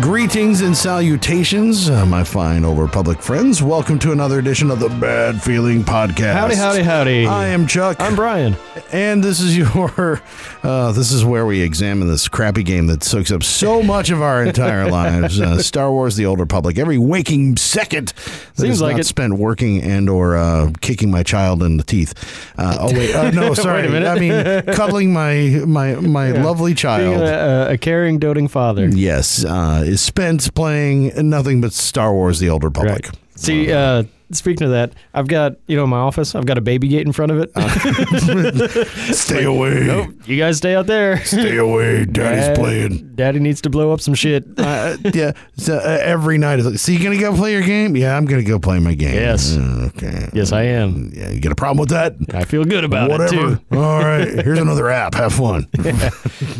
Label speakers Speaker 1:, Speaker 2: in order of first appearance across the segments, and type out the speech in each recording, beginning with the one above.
Speaker 1: Greetings and salutations, uh, my fine over public friends. Welcome to another edition of the Bad Feeling Podcast.
Speaker 2: Howdy, howdy, howdy.
Speaker 1: I am Chuck,
Speaker 2: I'm Brian.
Speaker 1: and this is your. Uh, this is where we examine this crappy game that soaks up so much of our entire lives. Uh, Star Wars: The Old Republic. Every waking second that
Speaker 2: Seems
Speaker 1: is
Speaker 2: like
Speaker 1: not
Speaker 2: it.
Speaker 1: spent working and or uh, kicking my child in the teeth. Uh, oh wait, uh, no, sorry.
Speaker 2: minute.
Speaker 1: I mean, cuddling my my my lovely child.
Speaker 2: Being a, a, a caring, doting father.
Speaker 1: Yes, uh, is spent playing nothing but Star Wars: The Old Republic.
Speaker 2: See, uh, speaking of that, I've got, you know, in my office, I've got a baby gate in front of it. Oh,
Speaker 1: Stay away!
Speaker 2: you guys stay out there.
Speaker 1: Stay away! Daddy's
Speaker 2: Dad-
Speaker 1: playing.
Speaker 2: Daddy needs to blow up some shit.
Speaker 1: Uh, yeah. So uh, every night it's like, "So you gonna go play your game? Yeah, I'm gonna go play my game.
Speaker 2: Yes.
Speaker 1: Uh, okay.
Speaker 2: yes, I am.
Speaker 1: Yeah, you got a problem with that?
Speaker 2: I feel good about
Speaker 1: Whatever.
Speaker 2: it, too.
Speaker 1: All right. Here's another app. Have fun.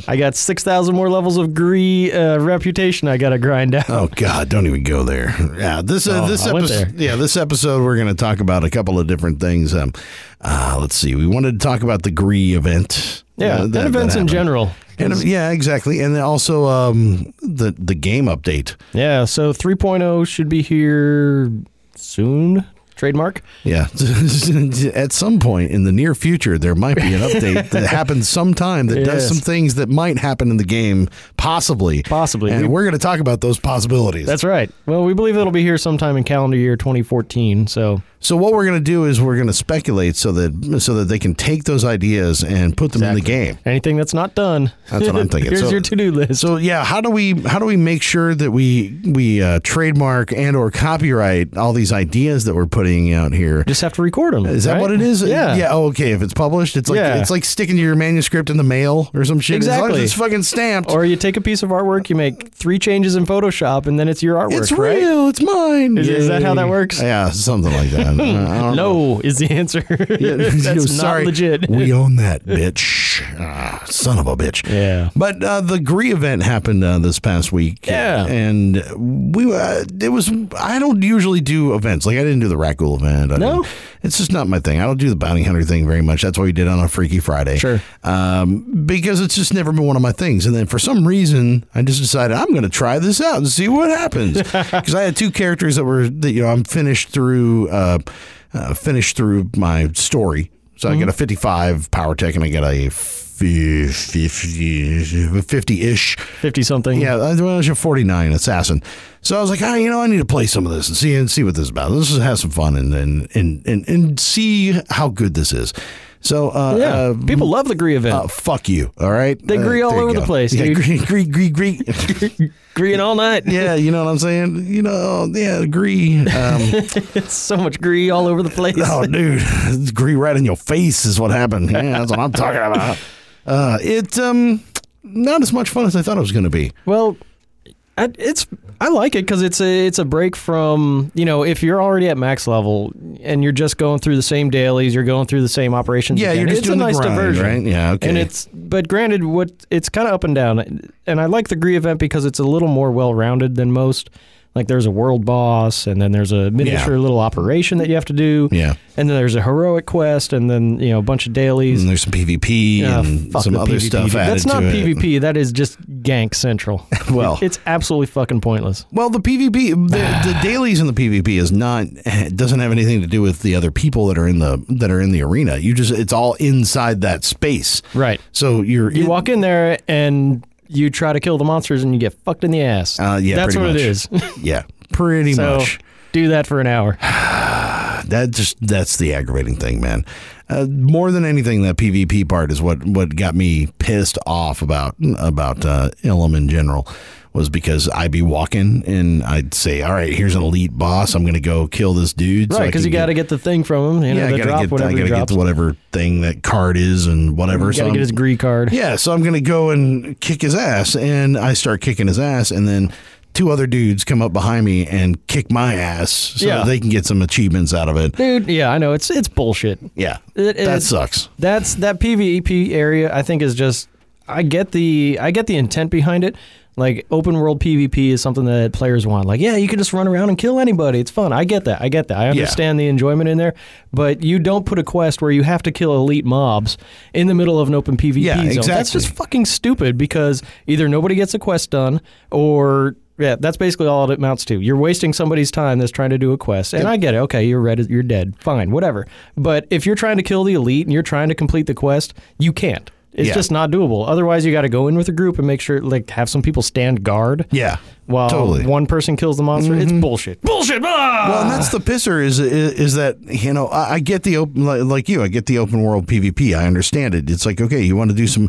Speaker 2: I got 6,000 more levels of gree uh, reputation I got to grind out.
Speaker 1: Oh God! Don't even go there. Yeah, this uh,
Speaker 2: Oh,
Speaker 1: this
Speaker 2: I went
Speaker 1: episode. Yeah, this episode we're going to talk about a couple of different things. Um, uh, let's see. We wanted to talk about the Gree event.
Speaker 2: yeah,
Speaker 1: uh,
Speaker 2: and
Speaker 1: that- that
Speaker 2: events in
Speaker 1: happened.
Speaker 2: general.
Speaker 1: And uh, yeah, exactly. And then also um, the the game update.
Speaker 2: Yeah, so 3.0 should be here soon. Trademark.
Speaker 1: Yeah, at some point in the near future, there might be an update that happens sometime that does
Speaker 2: Yes.
Speaker 1: some things that might happen in the game, possibly.
Speaker 2: Possibly.
Speaker 1: And
Speaker 2: We-
Speaker 1: we're going to talk about those possibilities.
Speaker 2: That's right. Well, we believe it'll be here sometime in calendar year 2014. So
Speaker 1: so what we're going to do is we're going to speculate so that so that they can take those ideas and put them
Speaker 2: Exactly.
Speaker 1: in the game.
Speaker 2: Anything that's not done.
Speaker 1: That's what I'm thinking.
Speaker 2: Here's
Speaker 1: So-
Speaker 2: your to-do list.
Speaker 1: So yeah, how do we how do we make sure that we we uh, trademark and or copyright all these ideas that we're putting out here?
Speaker 2: Just have to record them.
Speaker 1: Is that what it is?
Speaker 2: Yeah.
Speaker 1: Yeah. Oh, okay. If it's published, it's like
Speaker 2: Yeah.
Speaker 1: it's like sticking to your manuscript in the mail or some shit. As long as
Speaker 2: Exactly.
Speaker 1: it's fucking stamped.
Speaker 2: Or you take a piece of artwork, you make three changes in Photoshop, and then it's your artwork,
Speaker 1: it's
Speaker 2: right?
Speaker 1: real. It's mine.
Speaker 2: Is, is that how that
Speaker 1: Yay.
Speaker 2: works?
Speaker 1: Yeah, something like that. I don't know.
Speaker 2: No is the answer.
Speaker 1: Yeah,
Speaker 2: that's
Speaker 1: you know,
Speaker 2: not
Speaker 1: sorry,
Speaker 2: legit.
Speaker 1: we own that bitch. Ah, son of a bitch.
Speaker 2: Yeah.
Speaker 1: But uh, the Gree event happened uh, this past week.
Speaker 2: Yeah.
Speaker 1: And we uh, it was I don't usually do events. Like I didn't do the Rackle event. I
Speaker 2: No?
Speaker 1: didn't- it's just not my thing. I don't do the bounty hunter thing very much. That's what we did on a Freaky Friday.
Speaker 2: Sure.
Speaker 1: Um, because it's just never been one of my things. And then for some reason, I just decided I'm going to try this out and see what happens. Because I had two characters that were that you know I'm finished through uh, uh, finished through my story. So I get
Speaker 2: Mm-hmm.
Speaker 1: a 55 power tech and I get a 50 ish.
Speaker 2: 50 something.
Speaker 1: Yeah, I well, it's a 49 assassin. So I was like, ah, you know, I need to play some of this and see and see what this is about. Let's just have some fun and and and and, and see how good this is. So uh,
Speaker 2: Yeah.
Speaker 1: uh,
Speaker 2: People love the Gree event.
Speaker 1: uh, fuck you. All right.
Speaker 2: They
Speaker 1: Uh,
Speaker 2: agree all
Speaker 1: there you
Speaker 2: over the
Speaker 1: go.
Speaker 2: place,
Speaker 1: Yeah,
Speaker 2: dude.
Speaker 1: agree, agree, agree, agree.
Speaker 2: Greeing all night.
Speaker 1: oh. yeah, you know what I'm saying? You know, yeah, agree. Um,
Speaker 2: It's so much Gree all over the place.
Speaker 1: oh, dude, agree right in your face is what happened. Yeah, that's what I'm talking about. Uh, it um, not as much fun as I thought it was going to be.
Speaker 2: Well, I, it's I like it because it's a it's a break from you know if you're already at max level and you're just going through the same dailies, you're going through the same operations.
Speaker 1: Yeah,
Speaker 2: again,
Speaker 1: you're just
Speaker 2: it's
Speaker 1: doing
Speaker 2: a nice
Speaker 1: the grind,
Speaker 2: diversion,
Speaker 1: right? Yeah, okay.
Speaker 2: And it's but granted, what it's kind of up and down, and I like the Gree event because it's a little more well rounded than most. Like there's a world boss, and then there's a miniature little operation that you have to do,
Speaker 1: yeah.
Speaker 2: and then there's a heroic quest, and then you know a bunch of dailies.
Speaker 1: And there's some PvP
Speaker 2: Ah,
Speaker 1: and
Speaker 2: fuck
Speaker 1: some
Speaker 2: the
Speaker 1: other
Speaker 2: PvP,
Speaker 1: stuff
Speaker 2: dude.
Speaker 1: added
Speaker 2: That's not
Speaker 1: to it.
Speaker 2: PvP. That is just gank central.
Speaker 1: Well-
Speaker 2: it's absolutely fucking pointless.
Speaker 1: Well, the PvP, the, the dailies in the PvP is not doesn't have anything to do with the other people that are in the that are in the arena. You just it's all inside that space.
Speaker 2: Right.
Speaker 1: So you're
Speaker 2: You
Speaker 1: in-
Speaker 2: walk in there and you try to kill the monsters and you get fucked in the ass.
Speaker 1: Uh, yeah,
Speaker 2: that's
Speaker 1: pretty
Speaker 2: what
Speaker 1: much.
Speaker 2: it is.
Speaker 1: Yeah, pretty
Speaker 2: so
Speaker 1: much.
Speaker 2: do that for an hour.
Speaker 1: yeah, that just that's the aggravating thing, man. Uh, more than anything, that PvP part is what what got me pissed off about about uh, Ilum in general was because I'd be walking and I'd say, "All right, here's an elite boss. I'm going to go kill this dude."
Speaker 2: Right, because you got to get the thing from him. You know,
Speaker 1: yeah, I
Speaker 2: the
Speaker 1: gotta
Speaker 2: drop,
Speaker 1: get
Speaker 2: whatever
Speaker 1: I
Speaker 2: he
Speaker 1: gotta get
Speaker 2: drops.
Speaker 1: to whatever thing that card is and whatever.
Speaker 2: You
Speaker 1: so
Speaker 2: got to
Speaker 1: I'm-
Speaker 2: get his gree card.
Speaker 1: yeah, so I'm gonna go and kick his ass, and I start kicking his ass, and then two other dudes come up behind me and kick my ass so
Speaker 2: Yeah.
Speaker 1: they can get some achievements out of it.
Speaker 2: Dude, yeah, I know it's it's bullshit.
Speaker 1: Yeah,
Speaker 2: It
Speaker 1: that
Speaker 2: is-
Speaker 1: sucks.
Speaker 2: That's that PvP area. I think is just I get the I get the intent behind it. Like open world PvP is something that players want. Like yeah, you can just run around and kill anybody. It's fun. I get that. I get that. I understand the enjoyment in there. But you don't put a quest where you have to kill elite mobs in the middle of an open PvP
Speaker 1: Yeah,
Speaker 2: zone. That's
Speaker 1: exactly.
Speaker 2: just fucking stupid because either nobody gets a quest done or yeah, that's basically all it amounts to. You're wasting somebody's time that's trying to do a quest. And I get it. Okay, you're red, you're dead. Fine, whatever. But if you're trying to kill the elite and you're trying to complete the quest, you can't. It's
Speaker 1: Yeah.
Speaker 2: just not doable. Otherwise, you got to go in with a group and make sure, like, have some people stand guard
Speaker 1: Yeah,
Speaker 2: while
Speaker 1: totally. Mm-hmm.
Speaker 2: one person kills the monster. It's bullshit. Bullshit. Ah!
Speaker 1: Well, and that's the pisser is is, is that you know I, I get the open like, like you I get the open world PvP I understand it. It's like okay, you want to do some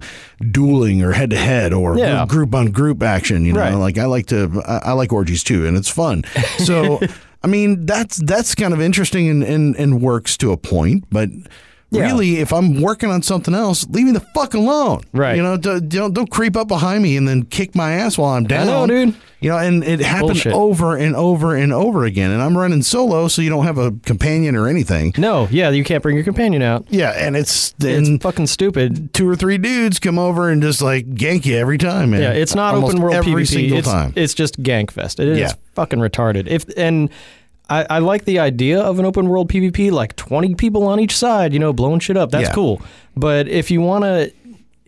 Speaker 1: dueling or head to head or
Speaker 2: Yeah.
Speaker 1: group on group action. You know,
Speaker 2: Right.
Speaker 1: like I like to I, I like orgies too, and it's fun. So I mean that's that's kind of interesting and and, and works to a point, but.
Speaker 2: Yeah.
Speaker 1: Really, if I'm working on something else, leave me the fuck alone.
Speaker 2: Right.
Speaker 1: You know, don't, don't don't creep up behind me and then kick my ass while I'm down.
Speaker 2: know, dude.
Speaker 1: You know, and it happened
Speaker 2: Bullshit.
Speaker 1: over and over and over again. And I'm running solo, so you don't have a companion or anything.
Speaker 2: no, yeah, you can't bring your companion out.
Speaker 1: Yeah, and it's
Speaker 2: It's
Speaker 1: then
Speaker 2: fucking stupid.
Speaker 1: two or three dudes come over and just like gank you every time, man.
Speaker 2: Yeah, it's not
Speaker 1: Almost
Speaker 2: open world
Speaker 1: every
Speaker 2: PvP.
Speaker 1: single
Speaker 2: it's,
Speaker 1: time.
Speaker 2: it's just gank fest. It is
Speaker 1: Yeah.
Speaker 2: fucking retarded. If and I, I like the idea of an open world PvP, like twenty people on each side, you know, blowing shit up. That's
Speaker 1: Yeah.
Speaker 2: cool. But if you wanna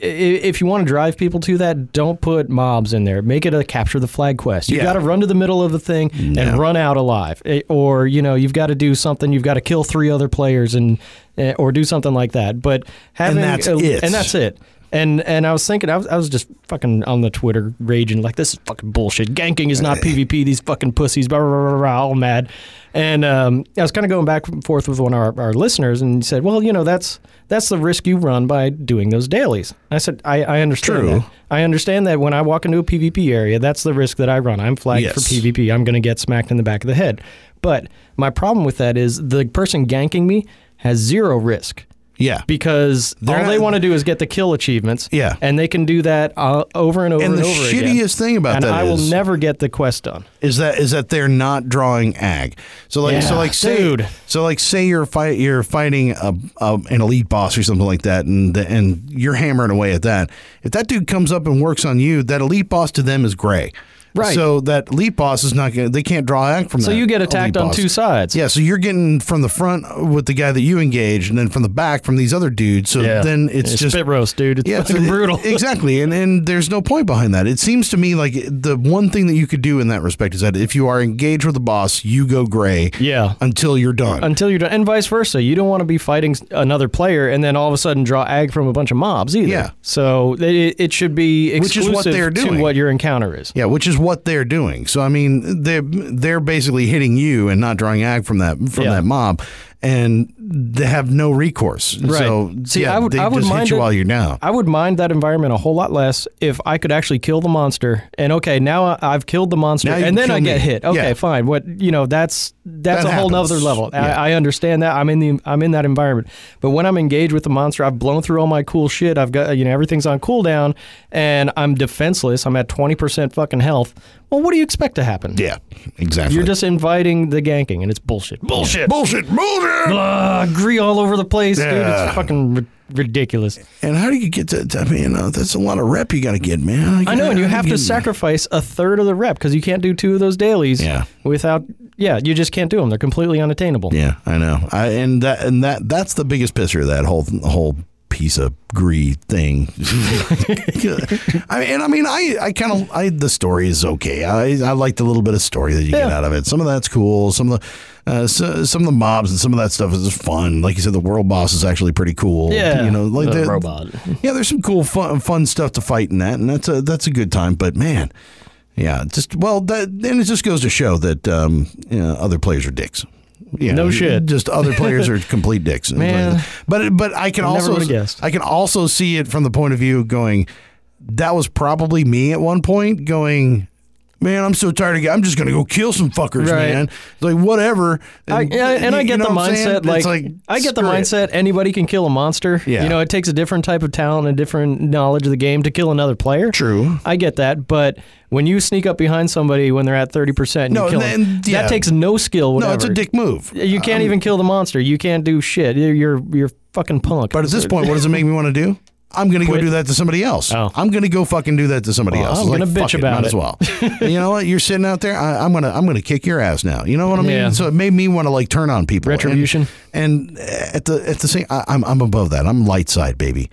Speaker 2: i- if you want to drive people to that, don't put mobs in there. Make it a capture the flag quest. You
Speaker 1: Yeah.
Speaker 2: got to run to the middle of the thing and run out alive, Eh, or you know you've got to do something. You've got to kill three other players and eh, or do something like that. But having
Speaker 1: that's
Speaker 2: a-
Speaker 1: it.
Speaker 2: and that's that's it. And and I was thinking, I was, I was just fucking on the Twitter raging like this is fucking bullshit. Ganking is not PvP. These fucking pussies, blah blah blah, blah, blah all mad. And um, I was kind of going back and forth with one of our, our listeners, and he said, well, you know, that's that's the risk you run by doing those dailies. I said, I, I understand.
Speaker 1: True.
Speaker 2: That. I understand that when I walk into a PvP area, that's the risk that I run. I'm flagged for
Speaker 1: Yes.
Speaker 2: PvP. I'm going to get smacked in the back of the head. But my problem with that is the person ganking me has zero risk
Speaker 1: yeah.
Speaker 2: because
Speaker 1: They're
Speaker 2: all they
Speaker 1: not-
Speaker 2: want to do is get the kill achievements.
Speaker 1: Yeah.
Speaker 2: and they can do that uh, over and over
Speaker 1: And
Speaker 2: and,
Speaker 1: the
Speaker 2: over again.
Speaker 1: shittiest thing about
Speaker 2: and
Speaker 1: that
Speaker 2: I
Speaker 1: is-
Speaker 2: will never get the quest done.
Speaker 1: is that is that they're not drawing ag. So like so
Speaker 2: Yeah,
Speaker 1: like say
Speaker 2: dude.
Speaker 1: so like say you're fight you're fighting a, a an elite boss or something like that, and the, and you're hammering away at that. If that dude comes up and works on you, that elite boss to them is gray.
Speaker 2: Right.
Speaker 1: So that elite boss is not gonna. They can't draw ag from
Speaker 2: So
Speaker 1: that
Speaker 2: you get attacked
Speaker 1: elite
Speaker 2: on
Speaker 1: boss.
Speaker 2: two sides.
Speaker 1: Yeah, so you're getting from the front with the guy that you engage, and then from the back from these other dudes. So then it's just
Speaker 2: spit roast, dude. It's
Speaker 1: yeah,
Speaker 2: fucking
Speaker 1: so-
Speaker 2: brutal.
Speaker 1: exactly, and and there's no point behind that. It seems to me like the one thing that you could do in that respect is that if you are engaged with the boss, you go gray,
Speaker 2: Yeah.
Speaker 1: until you're done.
Speaker 2: Until you're done, and vice versa. You don't want to be fighting s- another player and then all of a sudden draw ag from a bunch of mobs either.
Speaker 1: Yeah.
Speaker 2: So it, it should be
Speaker 1: Which is
Speaker 2: exclusive
Speaker 1: what they're doing.
Speaker 2: to what your encounter is.
Speaker 1: yeah, which is what they're doing. So I mean, they are they're basically hitting you and not drawing ag from that from
Speaker 2: Yeah.
Speaker 1: that mob, and they have no recourse. So
Speaker 2: See,
Speaker 1: yeah,
Speaker 2: I would,
Speaker 1: they
Speaker 2: I would
Speaker 1: just
Speaker 2: mind
Speaker 1: hit you
Speaker 2: it-
Speaker 1: while you're down.
Speaker 2: I would mind that environment a whole lot less if I could actually kill the monster. And okay, now I- I've killed the monster,
Speaker 1: Now you
Speaker 2: and
Speaker 1: can
Speaker 2: then I
Speaker 1: kill
Speaker 2: get
Speaker 1: me.
Speaker 2: hit. Okay,
Speaker 1: Yeah.
Speaker 2: fine. What you know, that's that's
Speaker 1: That
Speaker 2: a whole nother
Speaker 1: happens.
Speaker 2: level.
Speaker 1: Yeah.
Speaker 2: I, I understand that. I'm in the I'm in that environment. But when I'm engaged with the monster, I've blown through all my cool shit. I've got you know everything's on cooldown, and I'm defenseless. I'm at twenty percent fucking health. Well, what do you expect to happen?
Speaker 1: yeah, exactly.
Speaker 2: You're just inviting the ganking, and it's bullshit. Bullshit.
Speaker 1: bullshit, bullshit.
Speaker 2: Blah, agree all over the place, dude.
Speaker 1: Yeah.
Speaker 2: It's fucking ri- ridiculous.
Speaker 1: And how do you get to? I mean, uh, that's a lot of rep you got to get, man.
Speaker 2: I know, and you have to
Speaker 1: get-
Speaker 2: sacrifice a third of the rep because you can't do two of those dailies.
Speaker 1: Yeah.
Speaker 2: Without, yeah, you just can't do them. They're completely unattainable.
Speaker 1: Yeah, I know. I and that and that that's the biggest pisser of that whole whole piece of gree thing. I mean, and I mean, I I kind of I the story is okay. I I liked a little bit of story that you get
Speaker 2: Yeah.
Speaker 1: out of it. Some of that's cool. Some of the uh, so, some of the mobs and some of that stuff is fun. Like you said, the world boss is actually pretty cool.
Speaker 2: Yeah,
Speaker 1: you know, like
Speaker 2: the
Speaker 1: there-
Speaker 2: robot.
Speaker 1: Yeah, there's some cool fun fun stuff to fight in that, and that's a that's a good time. But man. Yeah, just well, that, and it just goes to show that um, you know, other players are dicks. you
Speaker 2: No
Speaker 1: know,
Speaker 2: shit.
Speaker 1: Just other players are complete dicks.
Speaker 2: Man.
Speaker 1: but but I can
Speaker 2: Never
Speaker 1: also
Speaker 2: would've guessed.
Speaker 1: I can also see it from the point of view going. That was probably me at one point going. Man, I'm so tired of. I'm just gonna go kill some fuckers,
Speaker 2: Right.
Speaker 1: man. It's like whatever.
Speaker 2: I, yeah, and I
Speaker 1: you
Speaker 2: get
Speaker 1: know
Speaker 2: the
Speaker 1: what I'm saying?
Speaker 2: mindset. Like,
Speaker 1: It's
Speaker 2: I get the
Speaker 1: screw it.
Speaker 2: mindset. Anybody can kill a monster.
Speaker 1: Yeah.
Speaker 2: You know, it takes a different type of talent, a different knowledge of the game to kill another player.
Speaker 1: True.
Speaker 2: I get that, but when you sneak up behind somebody when they're at thirty percent and
Speaker 1: No,
Speaker 2: you kill
Speaker 1: and then-
Speaker 2: them,
Speaker 1: yeah.
Speaker 2: that takes no skill. Whatever.
Speaker 1: No, it's Um, a dick move.
Speaker 2: You can't even kill the monster. You can't do shit. You're you're, you're fucking punk.
Speaker 1: But at this point, what does it make me want to do? I'm going to go
Speaker 2: Quit.
Speaker 1: do that to somebody else.
Speaker 2: Oh.
Speaker 1: I'm going to go fucking do that to somebody
Speaker 2: Well,
Speaker 1: else.
Speaker 2: I'm
Speaker 1: It's
Speaker 2: gonna
Speaker 1: fuck
Speaker 2: bitch about
Speaker 1: might
Speaker 2: it.
Speaker 1: as well. And you know what? You're sitting out there. I, I'm gonna I'm gonna kick your ass now. You know what I mean?
Speaker 2: Yeah.
Speaker 1: So it made me want to like turn on people. And-
Speaker 2: Retribution.
Speaker 1: And, at the at the same, I, I'm I'm above that. I'm light side, baby.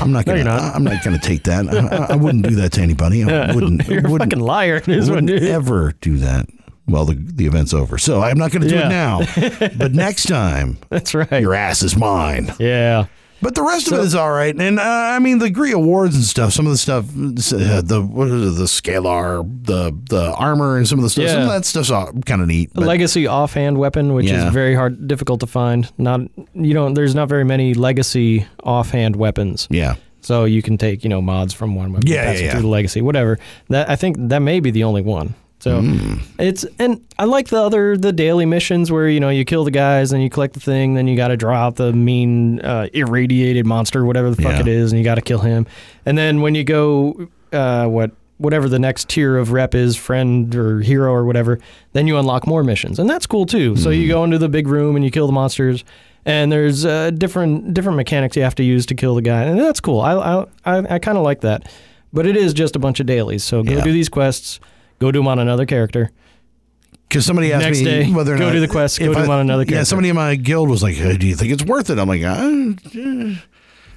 Speaker 1: I'm not gonna
Speaker 2: you're not.
Speaker 1: I, am not gonna take that. I, I- I wouldn't do that to anybody. I wouldn't.
Speaker 2: you're a
Speaker 1: wouldn't,
Speaker 2: fucking liar. Is what
Speaker 1: wouldn't
Speaker 2: it is.
Speaker 1: ever do that. Well, the the event's over, so I'm not gonna do
Speaker 2: Yeah.
Speaker 1: it now. but next time,
Speaker 2: That's right.
Speaker 1: your ass is mine.
Speaker 2: Yeah.
Speaker 1: But the rest of it is all right, and uh, I mean the Gree awards and stuff. Some of the stuff, uh, the what is it, the scalar, the the armor, and some of the stuff. Some of
Speaker 2: Yeah.
Speaker 1: that stuff's all kind of neat. But
Speaker 2: legacy offhand weapon, which
Speaker 1: Yeah.
Speaker 2: is very hard, difficult to find. Not you don't. There's not very many legacy offhand weapons,
Speaker 1: yeah,
Speaker 2: so you can take you know mods from one weapon,
Speaker 1: Yeah,
Speaker 2: pass
Speaker 1: yeah,
Speaker 2: it
Speaker 1: yeah.
Speaker 2: through the legacy, whatever. That I think that may be the only one. So
Speaker 1: Hmm.
Speaker 2: it's and I like the other the daily missions where you know you kill the guys and you collect the thing, then you got to draw out the mean uh, irradiated monster, whatever the fuck
Speaker 1: Yeah.
Speaker 2: it is, and you got to kill him. And then when you go, uh, what whatever the next tier of rep is, friend or hero or whatever, then you unlock more missions, and that's cool too. So you go into the big room and you kill the monsters. And there's uh, different different mechanics you have to use to kill the guy, and that's cool. I I, I, I kind of like that, but it is just a bunch of dailies. So go
Speaker 1: Yeah.
Speaker 2: do these quests, go do them on another character,
Speaker 1: because somebody asked
Speaker 2: Next
Speaker 1: me
Speaker 2: day,
Speaker 1: whether or
Speaker 2: go
Speaker 1: not
Speaker 2: do the quest, go
Speaker 1: if
Speaker 2: do
Speaker 1: I-
Speaker 2: one another
Speaker 1: Yeah,
Speaker 2: character.
Speaker 1: somebody in my guild was like, "Hey, "Do you think it's worth it?" I'm like, "I,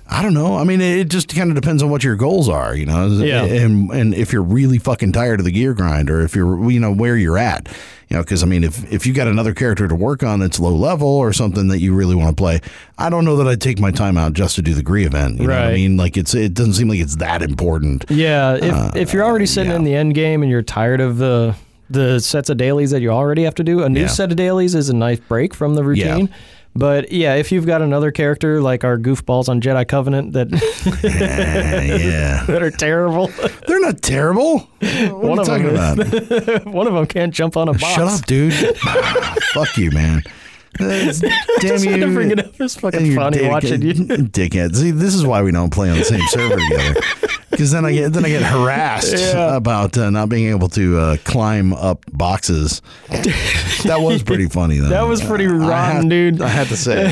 Speaker 1: I don't know. I mean, it, it just kind of depends on what your goals are, you know.
Speaker 2: Yeah.
Speaker 1: And and if you're really fucking tired of the gear grind, or if you're you know where you're at, you know, because I mean, if if you got another character to work on that's low level or something that you really want to play, I don't know that I'd take my time out just to do the Gree event. You know what I
Speaker 2: Right.
Speaker 1: mean? Like it's it doesn't seem like it's that important.
Speaker 2: Yeah, if if you're already sitting
Speaker 1: Uh, yeah.
Speaker 2: in the end game and you're tired of the the sets of dailies that you already have to do, a new
Speaker 1: Yeah.
Speaker 2: set of dailies is a nice break from the
Speaker 1: Yeah.
Speaker 2: routine. But yeah, if you've got another character like our goofballs on Jedi Covenant that
Speaker 1: Eh, yeah,
Speaker 2: that are terrible,
Speaker 1: they're not terrible. What
Speaker 2: One
Speaker 1: are you
Speaker 2: of them
Speaker 1: talking
Speaker 2: is.
Speaker 1: about?
Speaker 2: one of them can't jump on a box.
Speaker 1: Shut up, dude. Fuck you, man. Uh, damn
Speaker 2: Just
Speaker 1: you.
Speaker 2: had to bring it up. It's
Speaker 1: and
Speaker 2: fucking
Speaker 1: your
Speaker 2: funny
Speaker 1: dickhead-
Speaker 2: watching you.
Speaker 1: Dickhead. See, this is why we don't play on the same server together. Because then I get then I get harassed about uh, not being able to uh, climb up boxes. That was pretty funny though.
Speaker 2: That was pretty
Speaker 1: I
Speaker 2: rotten,
Speaker 1: had-
Speaker 2: dude.
Speaker 1: I had to say.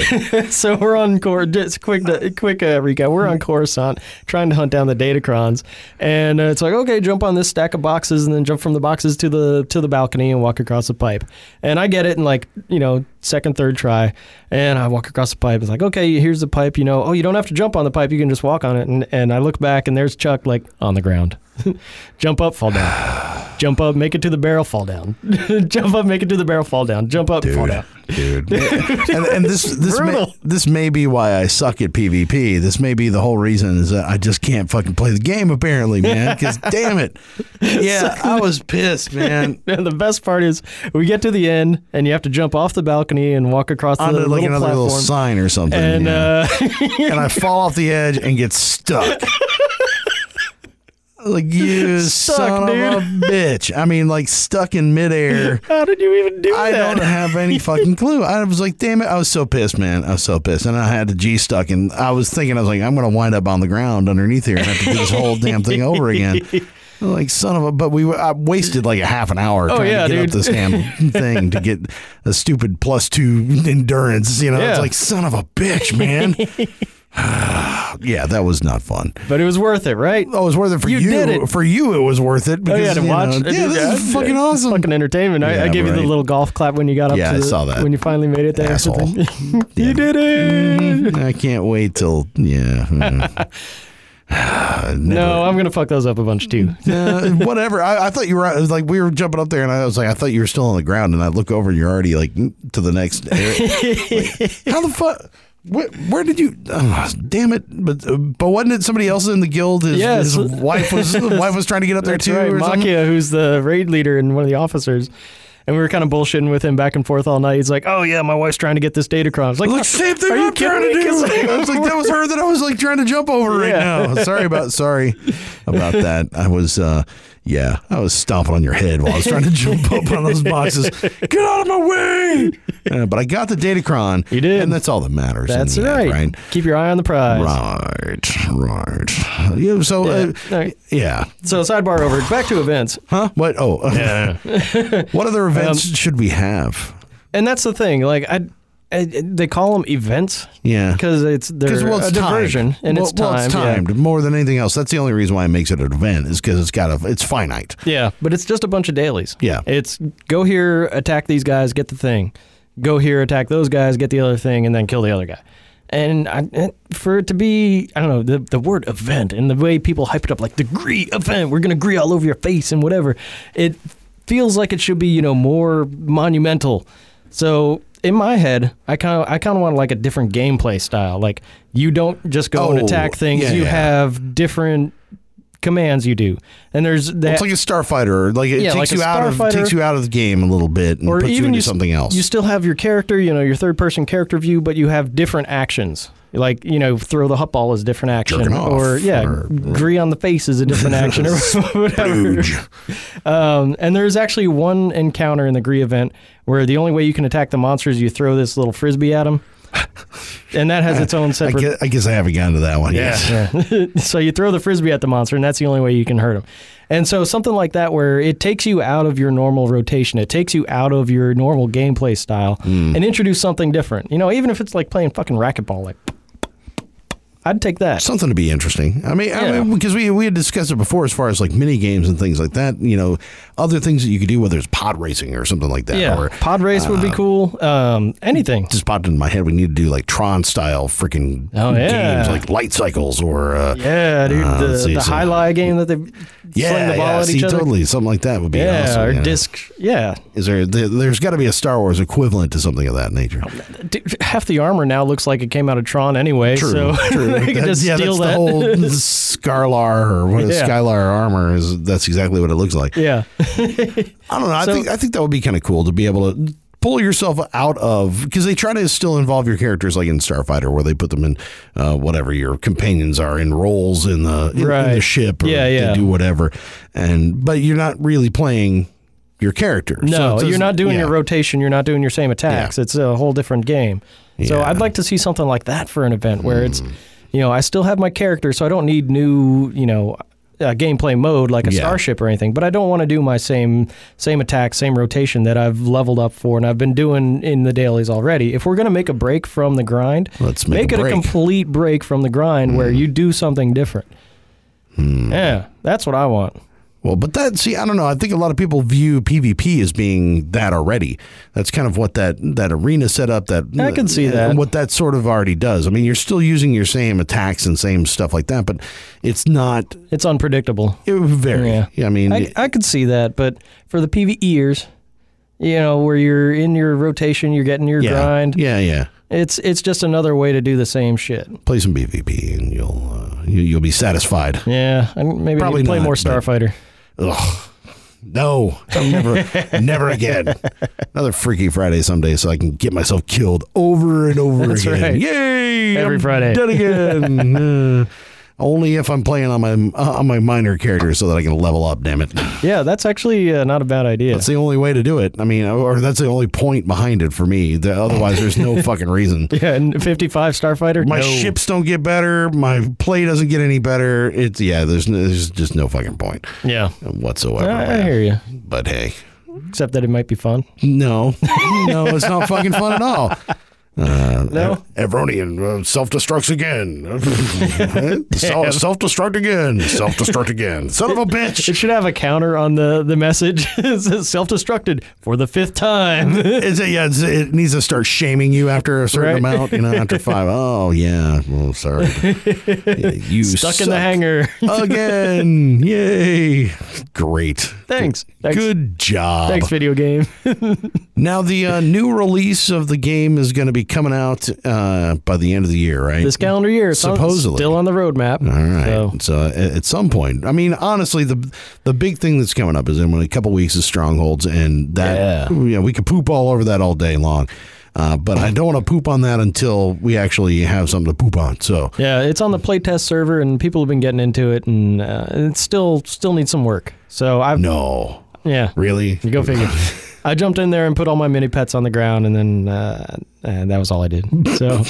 Speaker 2: so we're on Cor. Just quick, quick uh, recap. We're on Coruscant, trying to hunt down the Datacrons, and uh, it's like, okay, jump on this stack of boxes, and then jump from the boxes to the to the balcony and walk across the pipe. And I get it in like you know second, third try, and I walk across the pipe. It's like, okay, here's the pipe. You know, oh, you don't have to jump on the pipe. You can just walk on it. And and I look back, and there's Chuck like on the ground. jump up, fall down. Jump up, make it to the barrel, fall down. jump up, make it to the barrel, fall down. Jump up, fall down.
Speaker 1: dude. and, and this this may,
Speaker 2: Brutal.
Speaker 1: this may be why I suck at PvP. This may be the whole reason is that I just can't fucking play the game apparently, man. Because damn it, yeah, I was pissed, man.
Speaker 2: And the best part is we get to the end and you have to jump off the balcony and walk across the
Speaker 1: Onto
Speaker 2: little
Speaker 1: like another
Speaker 2: platform.
Speaker 1: little sign or something,
Speaker 2: and
Speaker 1: yeah.
Speaker 2: uh,
Speaker 1: and I fall off the edge and get stuck. Like you
Speaker 2: Stuck,
Speaker 1: son of a bitch. I mean, like stuck in midair.
Speaker 2: how did you even do
Speaker 1: I
Speaker 2: that?
Speaker 1: don't have any fucking clue. I was like, damn it. I was so pissed, man. I was so pissed. And I had the G stuck. And I was thinking, I was like, I'm going to wind up on the ground underneath here and have to do this whole damn thing over again. Like, son of a, but we were- I wasted like a half an hour trying
Speaker 2: Oh, yeah,
Speaker 1: to get up
Speaker 2: dude.
Speaker 1: this damn thing to get a stupid plus two endurance. You know, it's
Speaker 2: Yeah.
Speaker 1: like, son of a bitch, man. yeah, that was not fun.
Speaker 2: But it was worth it, right?
Speaker 1: Oh, it was worth it for you.
Speaker 2: You did it.
Speaker 1: For you, it was worth it.
Speaker 2: Oh
Speaker 1: Because,
Speaker 2: yeah, to
Speaker 1: you
Speaker 2: watch.
Speaker 1: know, yeah, this is fucking
Speaker 2: it's
Speaker 1: awesome.
Speaker 2: Fucking entertainment. I, I
Speaker 1: Yeah,
Speaker 2: gave you
Speaker 1: right.
Speaker 2: the little golf clap when you got up
Speaker 1: Yeah,
Speaker 2: to
Speaker 1: I
Speaker 2: the,
Speaker 1: saw that.
Speaker 2: when you finally made it there.
Speaker 1: Asshole. Mm,
Speaker 2: you did it.
Speaker 1: I can't wait till yeah. Mm.
Speaker 2: No, I'm gonna fuck those up a bunch too.
Speaker 1: Uh, whatever. I, I thought you were it was like we were jumping up there, and I was like, I thought you were still on the ground, and I look over, and you're already like mm, to the next. area. Like, how the fuck? Where, where did you? Oh, damn it! But uh, but wasn't it somebody else in the guild? His,
Speaker 2: Yes.
Speaker 1: his wife was his wife was trying to get up there
Speaker 2: That's
Speaker 1: too.
Speaker 2: right,
Speaker 1: or something?
Speaker 2: Makia, who's the raid leader and one of the officers. And we were kind of bullshitting with him back and forth all night. He's like, "Oh yeah, my wife's trying to get this datacron." I was like,
Speaker 1: Like same thing
Speaker 2: Are you
Speaker 1: I'm trying to
Speaker 2: kidding me?
Speaker 1: do.
Speaker 2: 'Cause I-
Speaker 1: I was like, that was her that I was like trying to jump over
Speaker 2: Yeah.
Speaker 1: right now. Sorry about sorry about that. I was uh yeah, I was stomping on your head while I was trying to jump up on those boxes. Get out of my way! Uh, but I got the Datacron.
Speaker 2: You did.
Speaker 1: and that's all that matters. in
Speaker 2: That's
Speaker 1: the end,
Speaker 2: right.
Speaker 1: right?
Speaker 2: Keep your eye on the prize.
Speaker 1: Right, right. Yeah, so yeah. Uh,
Speaker 2: All right.
Speaker 1: yeah.
Speaker 2: So sidebar over. Back to events.
Speaker 1: Huh? What? Oh, what other events
Speaker 2: Um,
Speaker 1: should we have?
Speaker 2: And that's the thing. Like I, I they call them events
Speaker 1: Yeah,
Speaker 2: because it's they're
Speaker 1: well,
Speaker 2: a
Speaker 1: it's timed.
Speaker 2: diversion and
Speaker 1: well,
Speaker 2: it's time.
Speaker 1: Well, it's timed more than anything else. That's the only reason why it makes it an event is because it's got a it's finite.
Speaker 2: Yeah, but it's just a bunch of dailies.
Speaker 1: Yeah.
Speaker 2: It's go here, attack these guys, get the thing. Go here, attack those guys, get the other thing, and then kill the other guy. And I, it- for it to be, I don't know, the, the word event and the way people hype it up, like the gree event, we're going to gree all over your face and whatever, it feels like it should be, you know, more monumental. So in my head, I kind of I kind of want like a different gameplay style. Like you don't just go and
Speaker 1: Oh,
Speaker 2: attack things;
Speaker 1: yeah,
Speaker 2: you
Speaker 1: yeah.
Speaker 2: have different commands you do. And there's that,
Speaker 1: Well, it's like a starfighter. Like it
Speaker 2: Yeah,
Speaker 1: takes
Speaker 2: like a
Speaker 1: you out of
Speaker 2: starfighter.
Speaker 1: takes you out of the game a little bit and puts you into
Speaker 2: s-
Speaker 1: something else.
Speaker 2: You still have your character, you know, your third person character view, but you have different actions. Like you know, throw the hot ball is a different action,
Speaker 1: Jerking off,
Speaker 2: or yeah,
Speaker 1: or-
Speaker 2: gree on the face is a different action, or whatever.
Speaker 1: Huge.
Speaker 2: Um, and there's actually one encounter in the gree event where the only way you can attack the monster is you throw this little frisbee at them, and that has its own
Speaker 1: I
Speaker 2: separate.
Speaker 1: guess, I guess I haven't gotten to that one yet.
Speaker 2: Yeah. so you throw the frisbee at the monster, and that's the only way you can hurt him. And so something like that, where it takes you out of your normal rotation, it takes you out of your normal gameplay style,
Speaker 1: Mm.
Speaker 2: and introduce something different. You know, even if it's like playing fucking racquetball, like I'd take that.
Speaker 1: Something to be interesting. I mean, I
Speaker 2: Yeah.
Speaker 1: mean, because we we had discussed it before as far as like mini games and things like that. You know, other things that you could do, whether it's pod racing or something like that,
Speaker 2: Yeah,
Speaker 1: or
Speaker 2: pod race would be cool. Um, anything.
Speaker 1: just popped into my head. We need to do like Tron style freaking
Speaker 2: Oh, yeah.
Speaker 1: games, like light cycles or uh,
Speaker 2: Yeah, dude,
Speaker 1: Uh,
Speaker 2: the,
Speaker 1: let's see,
Speaker 2: the
Speaker 1: so-
Speaker 2: high lie game that they
Speaker 1: yeah,
Speaker 2: sling the ball
Speaker 1: yeah,
Speaker 2: at
Speaker 1: see,
Speaker 2: each other.
Speaker 1: totally something like that would be
Speaker 2: Yeah,
Speaker 1: awesome.
Speaker 2: or
Speaker 1: yeah.
Speaker 2: disc. Yeah,
Speaker 1: Is there? there there's got to be a Star Wars equivalent to something of that nature.
Speaker 2: Oh, Dude, half the armor now looks like it came out of Tron anyway.
Speaker 1: True,
Speaker 2: so
Speaker 1: true.
Speaker 2: they could
Speaker 1: That-
Speaker 2: just
Speaker 1: yeah,
Speaker 2: steal
Speaker 1: that's the
Speaker 2: that.
Speaker 1: whole Scarlar or what is
Speaker 2: Yeah.
Speaker 1: Skylar armor is. That's exactly what it looks like.
Speaker 2: Yeah.
Speaker 1: I don't know. I
Speaker 2: So-
Speaker 1: think I think that would be kind of cool to be able to pull yourself out of because they try to still involve your characters like in Starfighter where they put them in uh, whatever your companions are in roles in the in, in the
Speaker 2: Right.
Speaker 1: ship or
Speaker 2: Yeah, yeah.
Speaker 1: they do whatever and but you're not really playing your character. So it
Speaker 2: No,
Speaker 1: doesn't-
Speaker 2: you're not doing your
Speaker 1: yeah.
Speaker 2: rotation. You're not doing your same attacks.
Speaker 1: Yeah.
Speaker 2: It's a whole different game. So
Speaker 1: Yeah. Hmm.
Speaker 2: I'd like to see something like that for an event where it's, you know, I still have my character, so I don't need new, you know, uh, gameplay mode like a
Speaker 1: Yeah.
Speaker 2: starship or anything. But I don't want to do my same same attack, same rotation that I've leveled up for and I've been doing in the dailies already. If we're gonna make a break from the grind,
Speaker 1: Let's make a
Speaker 2: it
Speaker 1: break. Hmm.
Speaker 2: a complete break from the grind where you do something different. Yeah, that's what I want.
Speaker 1: Well, but that see, I don't know. I think a lot of people view PvP as being that already. That's kind of what that that arena setup that
Speaker 2: I can see
Speaker 1: and
Speaker 2: that.
Speaker 1: what that sort of already does. I mean, you're still using your same attacks and same stuff like that, but it's not
Speaker 2: It's unpredictable.
Speaker 1: it would vary.
Speaker 2: Yeah.
Speaker 1: I mean,
Speaker 2: I, I could see that, but for the PVEers, you know, where you're in your rotation, you're getting your
Speaker 1: yeah,
Speaker 2: grind.
Speaker 1: yeah, yeah.
Speaker 2: It's it's just another way to do the same shit.
Speaker 1: Play some PvP and you'll uh, you, you'll be satisfied.
Speaker 2: Yeah, I mean, maybe I
Speaker 1: Probably
Speaker 2: need to play
Speaker 1: not,
Speaker 2: more
Speaker 1: but-
Speaker 2: Starfighter.
Speaker 1: Ugh. No, I'm never, never again. Another Freaky Friday someday, so I can get myself killed over and over
Speaker 2: That's
Speaker 1: again.
Speaker 2: right.
Speaker 1: Yay!
Speaker 2: Every
Speaker 1: I'm
Speaker 2: Friday.
Speaker 1: dead again. Uh, only if I'm playing on my uh, on my minor character, so that I can level up. Damn it,
Speaker 2: Yeah, that's actually uh, not a bad idea.
Speaker 1: that's the only way to do it. I mean, or that's the only point behind it for me. The- otherwise, there's no fucking reason.
Speaker 2: Yeah, and 55 Starfighter.
Speaker 1: My
Speaker 2: No.
Speaker 1: ships don't get better. My play doesn't get any better. It's yeah. There's no, there's just no fucking point
Speaker 2: Yeah,
Speaker 1: whatsoever.
Speaker 2: I, I
Speaker 1: man.
Speaker 2: hear you.
Speaker 1: But hey,
Speaker 2: Except that it might be fun.
Speaker 1: No, no, it's not fucking fun at all. Uh,
Speaker 2: No?
Speaker 1: Ev- Evronian uh, self destructs again. self destruct again. Self destruct again. Son of a bitch.
Speaker 2: It should have a counter on the the message. it says self-destructed for the fifth time.
Speaker 1: It's a, yeah, it's, it needs to start shaming you after a certain
Speaker 2: Right.
Speaker 1: amount. You know, after five. Oh yeah. Well, sorry. Yeah, you
Speaker 2: Stuck in
Speaker 1: suck
Speaker 2: the hangar.
Speaker 1: again. Yay. Great.
Speaker 2: Thanks. Thanks.
Speaker 1: Good job.
Speaker 2: Thanks, video game.
Speaker 1: Now the uh, new release of the game is going to be be coming out uh, by the end of the year, right?
Speaker 2: This calendar year, it's on-
Speaker 1: Supposedly.
Speaker 2: still on the roadmap.
Speaker 1: All right.
Speaker 2: So,
Speaker 1: So, uh, a- at some point, I mean, honestly, the the big thing that's coming up is in a couple weeks is strongholds, and that
Speaker 2: Yeah.
Speaker 1: you know, we could poop all over that all day long. Uh, but I don't want to poop on that until we actually have something to poop on. So
Speaker 2: yeah, it's on the playtest server, and people have been getting into it, and uh, it still still needs some work. So I've
Speaker 1: no,
Speaker 2: yeah,
Speaker 1: really,
Speaker 2: You go figure. I jumped in there and put all my mini pets on the ground, and then uh, and that was all I did. So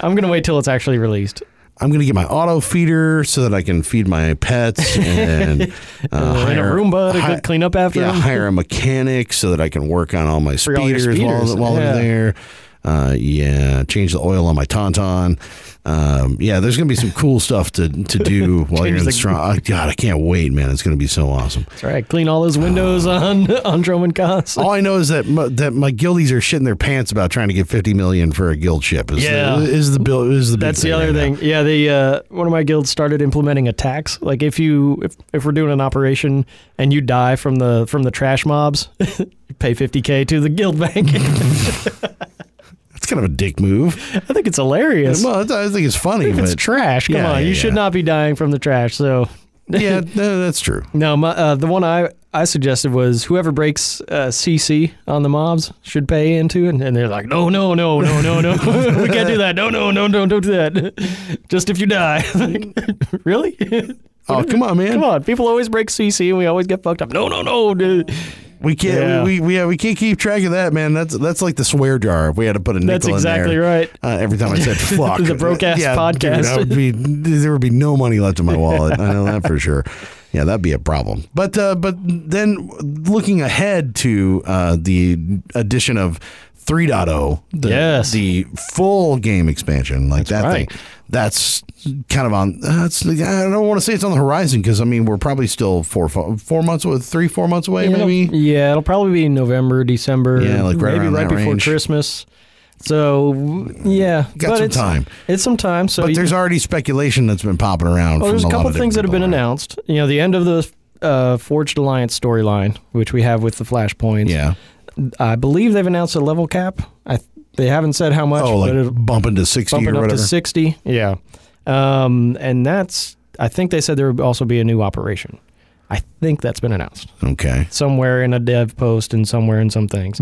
Speaker 2: I'm gonna wait till it's actually released.
Speaker 1: I'm gonna get my auto feeder so that I can feed my pets and uh,
Speaker 2: Rent a
Speaker 1: hire
Speaker 2: Roomba to
Speaker 1: hi-
Speaker 2: clean up after
Speaker 1: yeah,
Speaker 2: them.
Speaker 1: hire a mechanic so that I can work on all my
Speaker 2: For all your
Speaker 1: speeders,
Speaker 2: speeders,
Speaker 1: while, while
Speaker 2: yeah.
Speaker 1: they're there. Uh, yeah, change the oil on my Tauntaun. Um, yeah, there's gonna be some cool stuff to to do while you're in
Speaker 2: Change the-
Speaker 1: the strong. oh, God, I can't wait, man! It's gonna be so awesome.
Speaker 2: That's right. Clean all those windows on on Droman Cos.
Speaker 1: All I know is that my, that my guildies are shitting their pants about trying to get 50 million for a guild ship. Is
Speaker 2: Yeah.
Speaker 1: the, is the bill is the big
Speaker 2: That's the
Speaker 1: thing
Speaker 2: other
Speaker 1: right now.
Speaker 2: thing. Yeah, the uh, one of my guilds started implementing a tax. Like if you if, if we're doing an operation and you die from the from the trash mobs, you pay 50k to the guild bank.
Speaker 1: That's kind of a dick move.
Speaker 2: I think it's hilarious.
Speaker 1: Well, I think it's funny,
Speaker 2: If it's
Speaker 1: but
Speaker 2: trash. Come
Speaker 1: Yeah,
Speaker 2: on,
Speaker 1: yeah,
Speaker 2: you should
Speaker 1: yeah.
Speaker 2: not be dying from the trash. So
Speaker 1: yeah, no, that's true.
Speaker 2: No, my, uh, the one I, I suggested was whoever breaks uh, CC on the mobs should pay into it. And they're like, no, no, no, no, no, no. we can't do that. No, no, no, no, don't do that. Just if you die. Like, really?
Speaker 1: Oh, come on, man.
Speaker 2: Come on. People always break CC and we always get fucked up. No, no, no. Dude.
Speaker 1: We can't.
Speaker 2: Yeah.
Speaker 1: We, we yeah. We can't keep track of that, man. That's that's like the swear jar. If we had to put a nickel
Speaker 2: That's
Speaker 1: in
Speaker 2: exactly
Speaker 1: there,
Speaker 2: right.
Speaker 1: Uh, every time I said fuck,
Speaker 2: The broadcast
Speaker 1: yeah,
Speaker 2: podcast.
Speaker 1: dude, I would be, there would be no money left in my wallet. I know that for sure. Yeah, that'd be a problem. But uh, but then looking ahead to uh, the addition of 3.0, the,
Speaker 2: Yes.
Speaker 1: the full game expansion, like that
Speaker 2: right.
Speaker 1: thing. That's kind of on. That's I don't want to say it's on the horizon because I mean we're probably still four fo- four months with three four months away maybe.
Speaker 2: It'll, yeah, it'll probably be November, December.
Speaker 1: Yeah, like right
Speaker 2: maybe
Speaker 1: around
Speaker 2: right
Speaker 1: that
Speaker 2: before
Speaker 1: range.
Speaker 2: Christmas. So, yeah.
Speaker 1: Got
Speaker 2: but
Speaker 1: some
Speaker 2: it's,
Speaker 1: time.
Speaker 2: It's some time. So
Speaker 1: but
Speaker 2: you-
Speaker 1: there's already speculation that's been popping around. from
Speaker 2: Well, there's a
Speaker 1: lot
Speaker 2: couple
Speaker 1: of
Speaker 2: things that have
Speaker 1: different
Speaker 2: been
Speaker 1: people.
Speaker 2: announced. You know, the end of the uh, Forged Alliance storyline, which we have with the Flashpoints.
Speaker 1: Yeah.
Speaker 2: I believe they've announced a level cap. I th- they haven't said how much,
Speaker 1: Oh,
Speaker 2: but
Speaker 1: like
Speaker 2: it'll
Speaker 1: bumping to sixty
Speaker 2: bump it
Speaker 1: or
Speaker 2: up to
Speaker 1: whatever.
Speaker 2: sixty. Yeah, um, and that's. I think they said there would also be a new operation. I think that's been announced
Speaker 1: okay,
Speaker 2: somewhere in a dev post and somewhere in some things,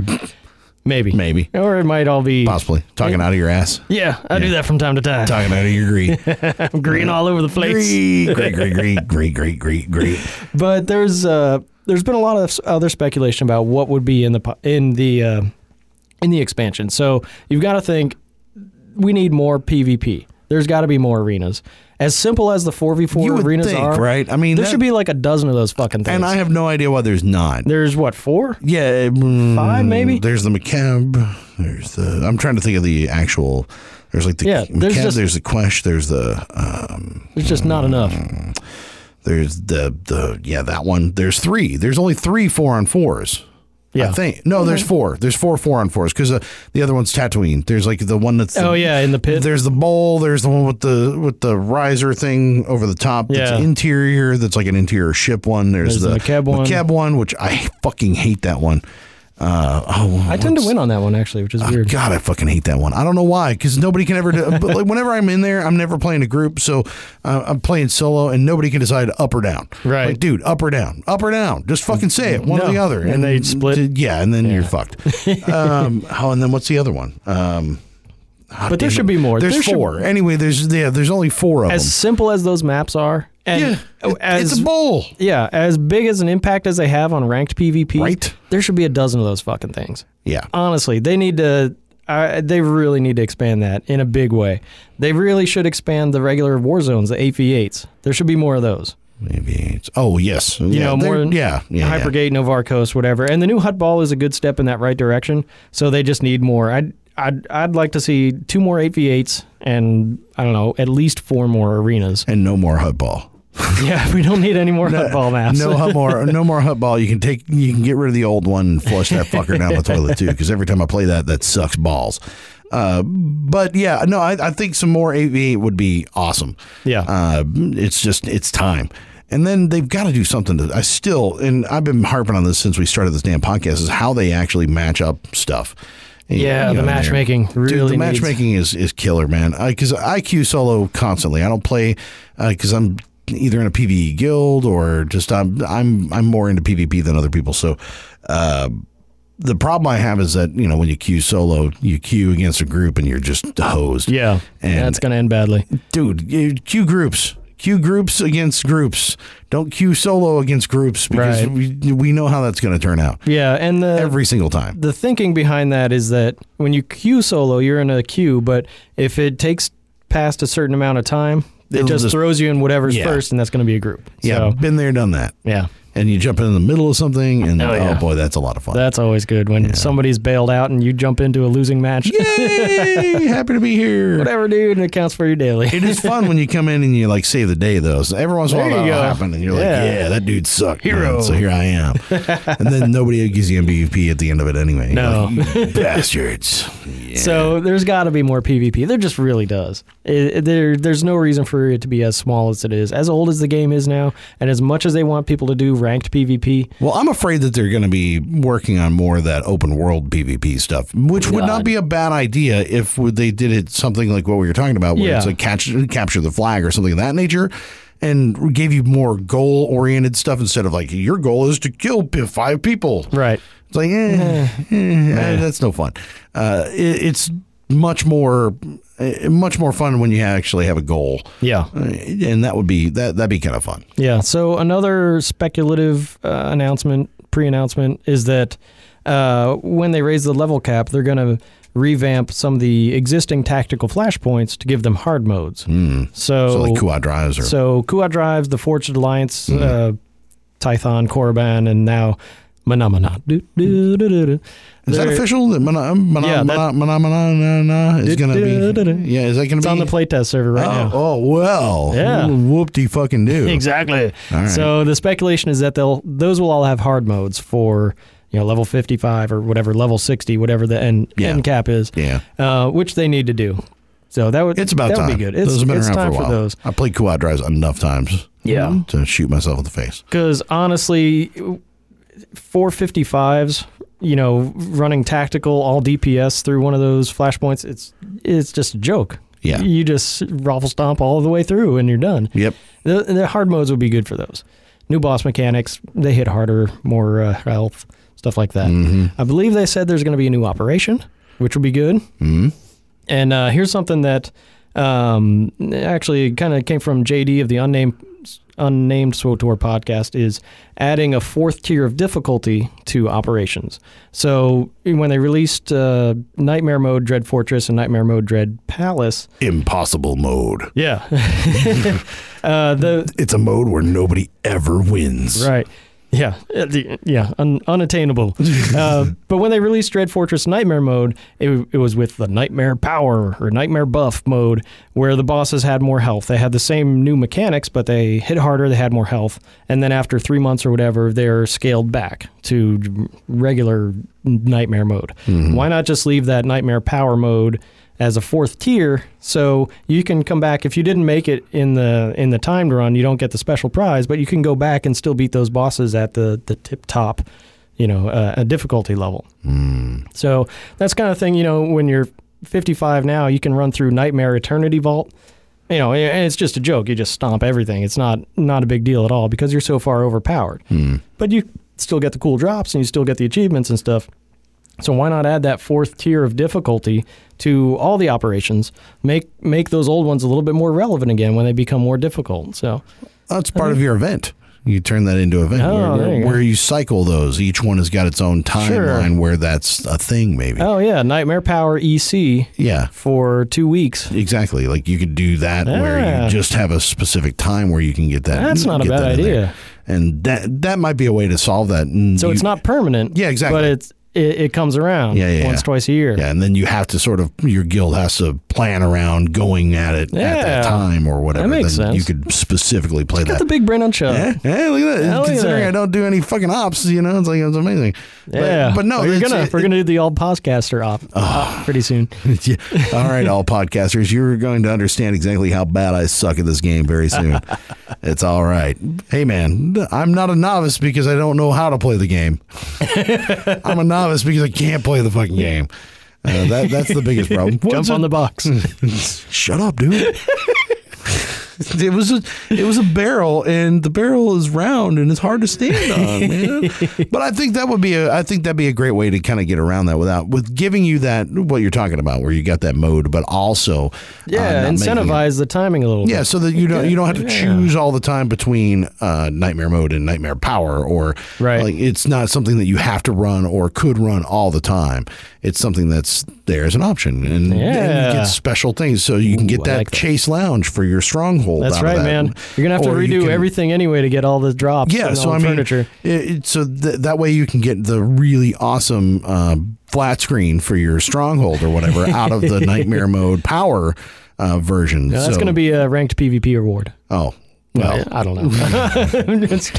Speaker 2: maybe,
Speaker 1: maybe,
Speaker 2: or it might all be.
Speaker 1: possibly talking out of your ass,
Speaker 2: Yeah, I do
Speaker 1: Yeah.
Speaker 2: that from time to time.
Speaker 1: talking out of your greed,
Speaker 2: I'm green all over the place.
Speaker 1: greed, greed, greed, greed, greed, greed, greed, greed.
Speaker 2: But there's uh, there's been a lot of s- other speculation about what would be in the po- in the uh, in the expansion. So you've got to think we need more PvP. There's got to be more arenas. As simple as the four v
Speaker 1: You
Speaker 2: four
Speaker 1: would
Speaker 2: arenas
Speaker 1: think,
Speaker 2: are,
Speaker 1: right? I mean,
Speaker 2: there
Speaker 1: that-
Speaker 2: should be like a dozen of those fucking things.
Speaker 1: and I have no idea why there's not.
Speaker 2: there's what four?
Speaker 1: Yeah,
Speaker 2: Five,
Speaker 1: mm,
Speaker 2: maybe?
Speaker 1: There's the macabre. There's the. I'm trying to think of the actual. There's like the
Speaker 2: Yeah, there's
Speaker 1: macabre.
Speaker 2: just-
Speaker 1: there's the quest. There's the. Um,
Speaker 2: There's just not enough.
Speaker 1: Mm, There's the the yeah that one. There's three. There's only three four on fours.
Speaker 2: Yeah.
Speaker 1: I think no. There's four. There's four four on fours because uh, the other one's Tatooine. There's like the one that's the-
Speaker 2: Oh yeah, in the pit.
Speaker 1: There's the bowl. There's the one with the with the riser thing over the top.
Speaker 2: Yeah.
Speaker 1: That's interior. That's like an interior ship one. There's,
Speaker 2: There's the McCab one.
Speaker 1: McCab one, which I fucking hate that one. Uh, oh,
Speaker 2: I tend to win on that one actually, which is
Speaker 1: Oh,
Speaker 2: weird.
Speaker 1: God, I fucking hate that one. I don't know why, because nobody can ever. Do, but like, whenever I'm in there, I'm never playing a group, so uh, I'm playing solo, and nobody can decide up or down.
Speaker 2: Right.
Speaker 1: like, dude, up or down, up or down. Just fucking say it, one
Speaker 2: No.
Speaker 1: or the other,
Speaker 2: And they split.
Speaker 1: d- Yeah, and then you're fucked. um, oh, and then what's the other one? Um, ah,
Speaker 2: But there
Speaker 1: damn
Speaker 2: should
Speaker 1: it.
Speaker 2: be more.
Speaker 1: There's
Speaker 2: There should-
Speaker 1: four. Anyway, there's yeah, there's only four of
Speaker 2: As simple as those maps are, and
Speaker 1: them. Yeah,
Speaker 2: oh,
Speaker 1: it-
Speaker 2: as Um,
Speaker 1: it's a bowl.
Speaker 2: yeah, as big as an impact as they have on ranked PvP,
Speaker 1: Right.
Speaker 2: There should be a dozen of those fucking things.
Speaker 1: Yeah,
Speaker 2: honestly, they need to. I they really need to expand that in a big way. They really should expand the regular war zones, the eight v eights. There should be more of those.
Speaker 1: maybe. It's, oh yes, you yeah,
Speaker 2: know, more
Speaker 1: they're-
Speaker 2: than
Speaker 1: yeah, yeah, yeah.
Speaker 2: Hypergate, Novar Coast, whatever. And the new Hut Ball is a good step in that right direction. So they just need more. I'd I'd I'd like to see two more eight v eights and I don't know at least four more arenas.
Speaker 1: and no more hut ball.
Speaker 2: yeah, we don't need any more Hut Ball maps.
Speaker 1: No hut more, no more hut ball. You can take, you can get rid of the old one and flush that fucker down the toilet too. Because every time I play that, that sucks balls. Uh, but yeah, no, I, I think some more AV8 would be awesome.
Speaker 2: Yeah.
Speaker 1: uh, it's just it's time. And then they've got to do something to. I still, and I've been harping on this since we started this damn podcast, is how they actually match up stuff. you
Speaker 2: Yeah,
Speaker 1: know,
Speaker 2: the
Speaker 1: in there.
Speaker 2: matchmaking really
Speaker 1: Dude, the
Speaker 2: needs-
Speaker 1: matchmaking is is killer, man. Because I, queue solo constantly. I don't play because I'm either in a PVE guild or just I'm I'm I'm more into PvP than other people. So. Uh, the problem I have is that you know when you queue solo, you queue against a group and you're just hosed.
Speaker 2: Yeah,
Speaker 1: And-
Speaker 2: that's gonna end badly.
Speaker 1: dude, you- queue groups. Queue groups against groups. Don't queue solo against groups because
Speaker 2: Right.
Speaker 1: we, we know how that's going to turn out
Speaker 2: Yeah, and the
Speaker 1: every single time.
Speaker 2: the thinking behind that is that when you queue solo, you're in a queue, but if it takes past a certain amount of time, it
Speaker 1: It'll
Speaker 2: just,
Speaker 1: just-
Speaker 2: throws you in whatever's
Speaker 1: Yeah.
Speaker 2: first, and that's going to be a group.
Speaker 1: Yeah,
Speaker 2: So,
Speaker 1: been there, done that.
Speaker 2: yeah.
Speaker 1: And you jump in the middle of something, and oh,
Speaker 2: Oh, yeah.
Speaker 1: boy, that's a lot of fun.
Speaker 2: That's always good when somebody's bailed out and you jump into a losing match.
Speaker 1: Yay! Happy to be here.
Speaker 2: Whatever, dude, and it counts for your daily.
Speaker 1: It is fun when you come in and you like save the day though. So every once in a while
Speaker 2: There
Speaker 1: that'll
Speaker 2: you go.
Speaker 1: happen and you're
Speaker 2: Yeah.
Speaker 1: like, Yeah, that dude sucked. man.
Speaker 2: Hero.
Speaker 1: So here I am. and then nobody gives you MVP at the end of it anyway. You're
Speaker 2: No.
Speaker 1: like, "You bastards. Yeah.
Speaker 2: So there's got to be more PvP. There just really does. It, it- there, there's no reason for it to be as small as it is, as old as the game is now, and as much as they want people to do ranked PvP.
Speaker 1: Well, I'm afraid that they're going to be working on more of that open world PvP stuff, which would not
Speaker 2: God.
Speaker 1: be a bad idea if they did it something like what we were talking about, where it's
Speaker 2: Yeah.
Speaker 1: like catch, capture the flag or something of that nature, and gave you more goal oriented stuff instead of like your goal is to kill p- five people.
Speaker 2: Right.
Speaker 1: It's like, eh, eh, eh, that's no fun. Uh, it, it's much more, eh, much more fun when you actually have a goal,
Speaker 2: Yeah.
Speaker 1: Uh, and that would be that that'd be kind of fun.
Speaker 2: Yeah. So another speculative uh, announcement, pre-announcement, is that uh, when they raise the level cap, they're going to revamp some of the existing tactical flashpoints to give them hard modes.
Speaker 1: Mm.
Speaker 2: Hmm. So,
Speaker 1: so like quad drives or
Speaker 2: so Kuat drives the Forged Alliance,
Speaker 1: Mm-hmm.
Speaker 2: uh, Tython, Korriban, and now Manamana. Do, do, do, do, do.
Speaker 1: Is that
Speaker 2: They're-
Speaker 1: official? That mana, mana,
Speaker 2: Yeah, that-
Speaker 1: mana, mana, mana, na, na, is going to
Speaker 2: Du-du-du-du-du.
Speaker 1: be. Yeah, is that going to be?
Speaker 2: It's on the playtest server right
Speaker 1: oh,
Speaker 2: now.
Speaker 1: oh, well.
Speaker 2: Yeah.
Speaker 1: Whoop de fucking do.
Speaker 2: Exactly.
Speaker 1: All right.
Speaker 2: So the speculation is that they'll those will all have hard modes for you know level 55 or whatever level 60 whatever the end,
Speaker 1: Yeah.
Speaker 2: end cap is,
Speaker 1: Yeah.
Speaker 2: uh, which they need to do. So that would
Speaker 1: It's about
Speaker 2: that
Speaker 1: time.
Speaker 2: would be good. It's,
Speaker 1: those have been
Speaker 2: it's
Speaker 1: around
Speaker 2: time
Speaker 1: for a while.
Speaker 2: those
Speaker 1: I played quad drives enough times
Speaker 2: Yeah.
Speaker 1: to shoot myself in the face.
Speaker 2: because honestly, 455s. You know, running tactical all DPS through one of those flashpoints, it's it's just a joke.
Speaker 1: Yeah.
Speaker 2: you just raffle stomp all the way through and you're done.
Speaker 1: Yep.
Speaker 2: The, the hard modes would be good for those. New boss mechanics, they hit harder, more uh, health, stuff like that.
Speaker 1: Mm-hmm.
Speaker 2: I believe they said there's going to be a new operation, which would be good.
Speaker 1: hmm
Speaker 2: And uh, here's something that um, actually kind of came from JD of the unnamed unnamed SWOTOR podcast is adding a fourth tier of difficulty to operations. So when they released uh, Nightmare Mode Dread Fortress and Nightmare Mode Dread Palace,
Speaker 1: Impossible mode.
Speaker 2: yeah, uh, the
Speaker 1: It's a mode where nobody ever wins.
Speaker 2: Right. Yeah. Uh, the- Yeah. Un- unattainable. uh, but when they released Dread Fortress Nightmare mode, it, it was with the Nightmare Power or Nightmare Buff mode, where the bosses had more health. They had the same new mechanics, but they hit harder. They had more health. And then after three months or whatever, they're scaled back to regular Nightmare mode. Why not just leave that Nightmare Power mode? as a fourth tier so you can come back if you didn't make it in the in the timed run you don't get the special prize but you can go back and still beat those bosses at the the tip top you know uh, a difficulty level so that's kind of thing you know when you're 55 now you can run through nightmare eternity vault you know and it's just a joke you just stomp everything it's not not a big deal at all because you're so far overpowered but you still get the cool drops and you still get the achievements and stuff so why not add that fourth tier of difficulty to all the operations? Make make those old ones a little bit more relevant again when they become more difficult. So
Speaker 1: That's part of your event. You turn that into an event
Speaker 2: Oh,
Speaker 1: where,
Speaker 2: there you go.
Speaker 1: where you cycle those. Each one has got its own timeline where that's a thing, maybe.
Speaker 2: oh yeah, nightmare power EC
Speaker 1: Yeah.
Speaker 2: for two weeks.
Speaker 1: Exactly. Like you could do that where you
Speaker 2: Yeah.
Speaker 1: just have a specific time where you can get that.
Speaker 2: That's not a
Speaker 1: get
Speaker 2: bad
Speaker 1: that in there.
Speaker 2: idea.
Speaker 1: And that that might be a way to solve that. And
Speaker 2: So
Speaker 1: you-
Speaker 2: it's not permanent.
Speaker 1: Yeah, exactly.
Speaker 2: But it's it, it comes around
Speaker 1: Yeah, yeah,
Speaker 2: once
Speaker 1: yeah.
Speaker 2: twice a year.
Speaker 1: Yeah, and then you have to sort of your guild has to plan around going at it at
Speaker 2: Yeah.
Speaker 1: that time or whatever.
Speaker 2: makes
Speaker 1: then You
Speaker 2: sense.
Speaker 1: could specifically play that.
Speaker 2: Got the big brain on Chubb.
Speaker 1: Yeah, yeah, look at that.
Speaker 2: Hell yeah.
Speaker 1: Considering I don't do any fucking ops, you know, it's like it's amazing. But-
Speaker 2: Yeah.
Speaker 1: but, no,
Speaker 2: we're
Speaker 1: it's-
Speaker 2: gonna
Speaker 1: it-
Speaker 2: we're gonna do the old podcaster op, op pretty soon.
Speaker 1: yeah. All right, all podcasters, you're going to understand exactly how bad I suck at this game very soon. it's all right. Hey, man, I'm not a novice because I don't know how to play the game. I'm a novice because I can't play the fucking game. Uh, that that's the biggest problem. Once
Speaker 2: Jump on
Speaker 1: it-
Speaker 2: the box.
Speaker 1: Shut up, dude. it was a it was a barrel, and the barrel is round and it's hard to stand on, man. but I think that would be a I think that'd be a great way to kind of get around that without with giving you that what you're talking about, where you got that mode, but also uh,
Speaker 2: yeah,
Speaker 1: not making it-
Speaker 2: incentivize the timing a little.
Speaker 1: yeah, so that you don't you don't have to choose all the time between uh, nightmare mode and nightmare power, or
Speaker 2: Right.
Speaker 1: Like it's not something that you have to run or could run all the time. It's something that's there as an option, and, and
Speaker 2: Yeah.
Speaker 1: you get special things. So you can
Speaker 2: Ooh,
Speaker 1: get
Speaker 2: I
Speaker 1: that
Speaker 2: like that.
Speaker 1: chase lounge for your stronghold.
Speaker 2: That's
Speaker 1: out of
Speaker 2: right,
Speaker 1: that.
Speaker 2: man. You're gonna have to
Speaker 1: Or you
Speaker 2: redo
Speaker 1: can-
Speaker 2: everything anyway to get all the drops.
Speaker 1: Yeah,
Speaker 2: and
Speaker 1: so
Speaker 2: all
Speaker 1: I
Speaker 2: the
Speaker 1: mean,
Speaker 2: furniture.
Speaker 1: it- it- so th- that way you can get the really awesome uh, flat screen for your stronghold or whatever out of the nightmare mode power uh, version.
Speaker 2: Now, that's
Speaker 1: So-
Speaker 2: going to be a ranked PvP reward.
Speaker 1: oh well.
Speaker 2: I don't know. It's-